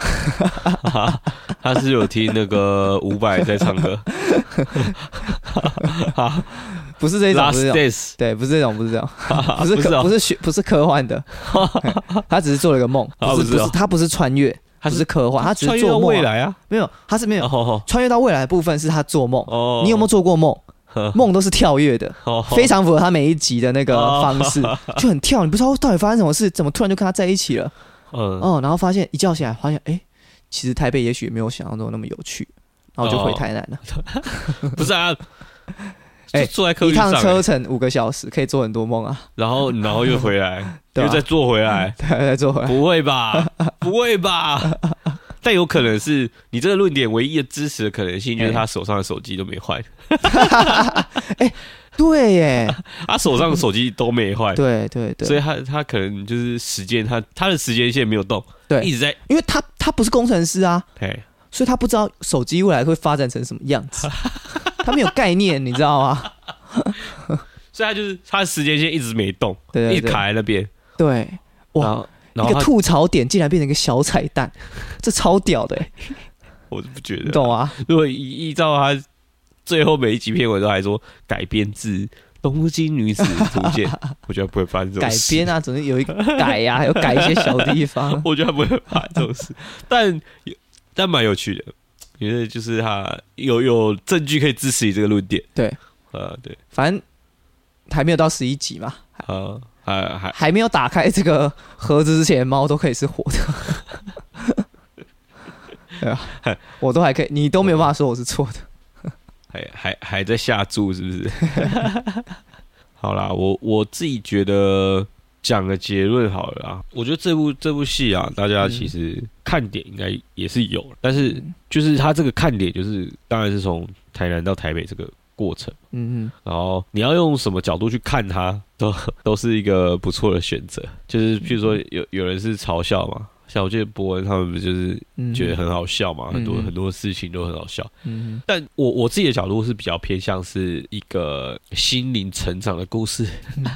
Speaker 2: 啊他是有听那个伍佰在 唱歌
Speaker 1: 不是这种，不是
Speaker 2: ，Last
Speaker 1: 这种，
Speaker 2: Days，
Speaker 1: 对，不是这种，不是这种，不是
Speaker 2: 不是
Speaker 1: 科，
Speaker 2: 哦
Speaker 1: 不是学，不是科幻的，哎他只是做了个梦，
Speaker 2: 啊
Speaker 1: 不是
Speaker 2: 不是
Speaker 1: 不
Speaker 2: 哦
Speaker 1: 是，他不是穿越，
Speaker 2: 他
Speaker 1: 不是科幻，他只
Speaker 2: 穿
Speaker 1: 是
Speaker 2: 越到
Speaker 1: 做梦啊、
Speaker 2: 未来啊，
Speaker 1: 没有，他是没有、
Speaker 2: 哦哦
Speaker 1: 穿越到未来的部分是他做梦。
Speaker 2: 哦，
Speaker 1: 你有没有做过梦？
Speaker 2: 有
Speaker 1: 梦都是跳跃的，非常符合他每一集的那个
Speaker 2: 哦
Speaker 1: 方式，就很跳。你不知道到底发生什么事，怎么突然就跟他在一起了？
Speaker 2: 嗯
Speaker 1: 哦，然后发现一觉醒来，发现哎、诶其实台北也许也没有想象中那么有趣，然后我就回
Speaker 2: 哦
Speaker 1: 台南了。
Speaker 2: 不是啊，
Speaker 1: 哎
Speaker 2: 就坐在客
Speaker 1: 一
Speaker 2: 运上
Speaker 1: 趟
Speaker 2: 欸
Speaker 1: 车，程五个小时，可以做很多梦啊。
Speaker 2: 然后然后又回来，
Speaker 1: 对
Speaker 2: 又
Speaker 1: 啊
Speaker 2: 再坐回 来，
Speaker 1: 对，再做回来。
Speaker 2: 不会吧？ 不会吧？但有可能是你这个论点唯一的支持的可能性，
Speaker 1: 哎
Speaker 2: 就是他手上的手机都没坏，
Speaker 1: 对 耶，
Speaker 2: 他手上的手机都没坏，
Speaker 1: 对对对，
Speaker 2: 所以他他可能就是时间，他他的时间线没有动，
Speaker 1: 对
Speaker 2: 一直在
Speaker 1: 因为他他不是工程师啊，
Speaker 2: 哎，
Speaker 1: 所以他不知道手机未来会发展成什么样 子，他没有概念，你知道吗？
Speaker 2: 所以他就是他的时间线一直没动，
Speaker 1: 对对
Speaker 2: 一直
Speaker 1: 对
Speaker 2: 卡在那边，
Speaker 1: 对，哇
Speaker 2: 然后然
Speaker 1: 一
Speaker 2: 后
Speaker 1: 个
Speaker 2: 他
Speaker 1: 吐槽点竟然变成一个小彩蛋，这超屌的
Speaker 2: 啊
Speaker 1: 耶，
Speaker 2: 我就不觉
Speaker 1: 你
Speaker 2: 得，
Speaker 1: 懂吗？
Speaker 2: 如果依依照他最后每一集片尾都还说改编自。东京女子图鉴，我觉得不会发生这种
Speaker 1: 改
Speaker 2: 事。。
Speaker 1: 编啊，总是有一个改呀、啊，有改一些小地方
Speaker 2: 我觉得他不会怕这种事，但但蛮有趣的，因为就是他有有证据可以支持你这个论点。
Speaker 1: 对，
Speaker 2: 呃，对，
Speaker 1: 反正还没有到十一集嘛，
Speaker 2: 啊，还还
Speaker 1: 还没有打开这个盒子之前，猫都可以是活的。 对啊，我都还可以，你都没有办法说我是错的。
Speaker 2: 还还还在下注，是不是？好啦，我我自己觉得讲个结论好了啊。我觉得这部这部戏啊，大家其实看点应该也是有，但是就是他这个看点，就是当然是从台南到台北这个过程。
Speaker 1: 嗯嗯，
Speaker 2: 然后你要用什么角度去看它，都 都是一个不错的选择。就是
Speaker 1: 嗯
Speaker 2: 譬如说有有人是嘲笑嘛，像我记得博文他们不就是
Speaker 1: 嗯
Speaker 2: 觉得很好笑嘛，
Speaker 1: 嗯
Speaker 2: 很多
Speaker 1: 嗯
Speaker 2: 很多事情都很好笑。
Speaker 1: 嗯
Speaker 2: 但我我自己的角度是比较偏向是一个心灵成长的故事，
Speaker 1: 嗯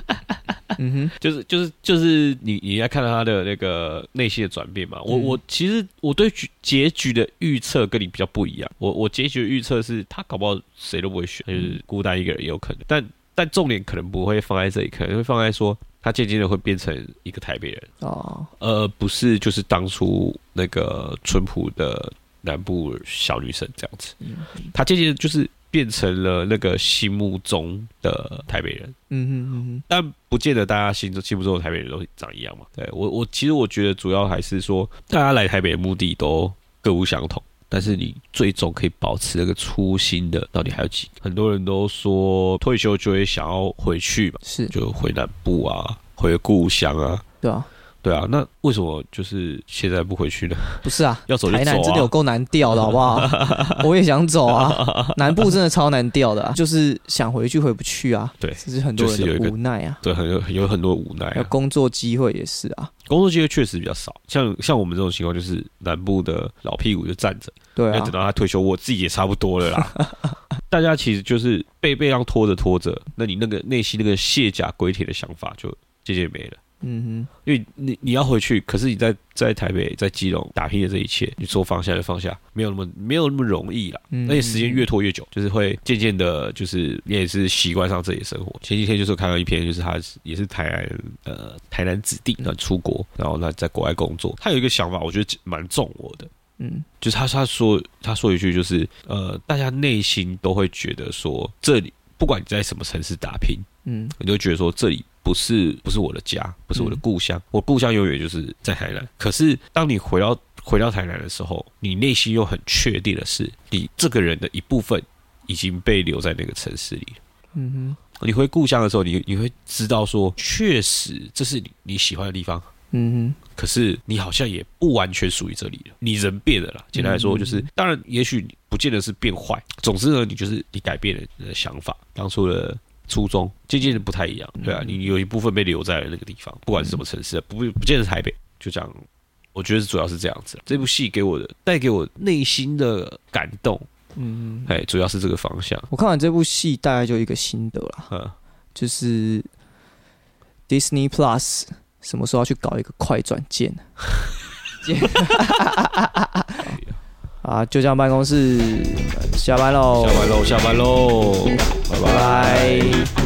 Speaker 1: 嗯哼，
Speaker 2: 就是就是就是你你要看到他的那个内心的转变嘛。我
Speaker 1: 嗯
Speaker 2: 我其实我对局结局的预测跟你比较不一样，我我结局的预测是他搞不好谁都不会选，就是孤单一个人也有可能。但但重点可能不会放在这里，可能会放在说他渐渐的会变成一个台北人，
Speaker 1: 哦，
Speaker 2: 而不是就是当初那个淳朴的南部小女生这样子。
Speaker 1: 嗯
Speaker 2: 他渐渐地就是变成了那个心目中的台北人。
Speaker 1: 嗯嗯
Speaker 2: 但不见得大家心中心目中的台北人都长一样嘛。对我，我其实我觉得主要还是说，大家来台北的目的都各不相同，但是你最终可以保持那个初心的，到底还有几个？很多人都说退休就会想要回去嘛，
Speaker 1: 是
Speaker 2: 就回南部啊，回故乡啊，
Speaker 1: 对啊，
Speaker 2: 对啊。那为什么就是现在不回去呢？
Speaker 1: 不是啊，
Speaker 2: 要走就
Speaker 1: 台
Speaker 2: 走
Speaker 1: 南真的有
Speaker 2: 啊。
Speaker 1: 够难调的，好不好？ 我也想走啊，南部真的超难调的、啊，就是想回去回不去啊。
Speaker 2: 对
Speaker 1: 这是很多
Speaker 2: 就是有
Speaker 1: 人
Speaker 2: 一个
Speaker 1: 的无奈啊。
Speaker 2: 对，很有有很多无奈、
Speaker 1: 还有
Speaker 2: 啊，
Speaker 1: 工作机会也是啊，
Speaker 2: 工作机会确实比较少。像像我们这种情况，就是南部的老屁股就站着。
Speaker 1: 对
Speaker 2: 要
Speaker 1: 啊
Speaker 2: 等，到他退休，我自己也差不多了 啦。大家其实就是被被让拖着拖着，那你那个内心那个卸甲归铁的想法就渐渐没了。
Speaker 1: 嗯
Speaker 2: 因为你你要回去，可是你在在台北、在基隆打拼的这一切，你说放下就放下，没有那么没有那么容易啦。
Speaker 1: 嗯
Speaker 2: 而且时间越拖越久，就是会渐渐的，就是你也是习惯上自己的生活。前几天就是看到一篇，就是他是也是台南呃台南子弟，那出国，然后他在国外工作，他有一个想法，我觉得蛮重我的。
Speaker 1: 嗯
Speaker 2: 就是他他说他说一句就是呃，大家内心都会觉得说，这里不管你在什么城市打拼，
Speaker 1: 嗯
Speaker 2: 你都觉得说这里不是不是我的家，不是我的故乡，我故乡永远就是在台南。可是当你回到回到台南的时候，你内心又很确定的是，你这个人的一部分已经被留在那个城市里了。
Speaker 1: 嗯哼
Speaker 2: 你回故乡的时候，你你会知道说，确实这是你你喜欢的地方，
Speaker 1: 嗯
Speaker 2: 可是你好像也不完全属于这里了，你人变了
Speaker 1: 嗯
Speaker 2: 啦。简单来说，就是、当然，也许你不见得是变坏，总之呢，你就是你改变了你的想法，当初的初衷渐渐的不太一样，对啊，
Speaker 1: 嗯
Speaker 2: 你有一部分被留在了那个地方，不管是什么城市，啊不不见得是台北，就这样。我觉得主要是这样子，啊这部戏给我的带给我内心的感动，
Speaker 1: 哼嗯哼，
Speaker 2: 哎，主要是这个方向。
Speaker 1: 我看完这部戏大概就一个心得啦，
Speaker 2: 嗯，
Speaker 1: 就是 Disney Plus 什么时候要去搞一个快转键？ 键啊，就这样，办呃公室下班喽，嗯
Speaker 2: 下班喽，下班喽，拜
Speaker 1: 拜
Speaker 2: 拜
Speaker 1: 拜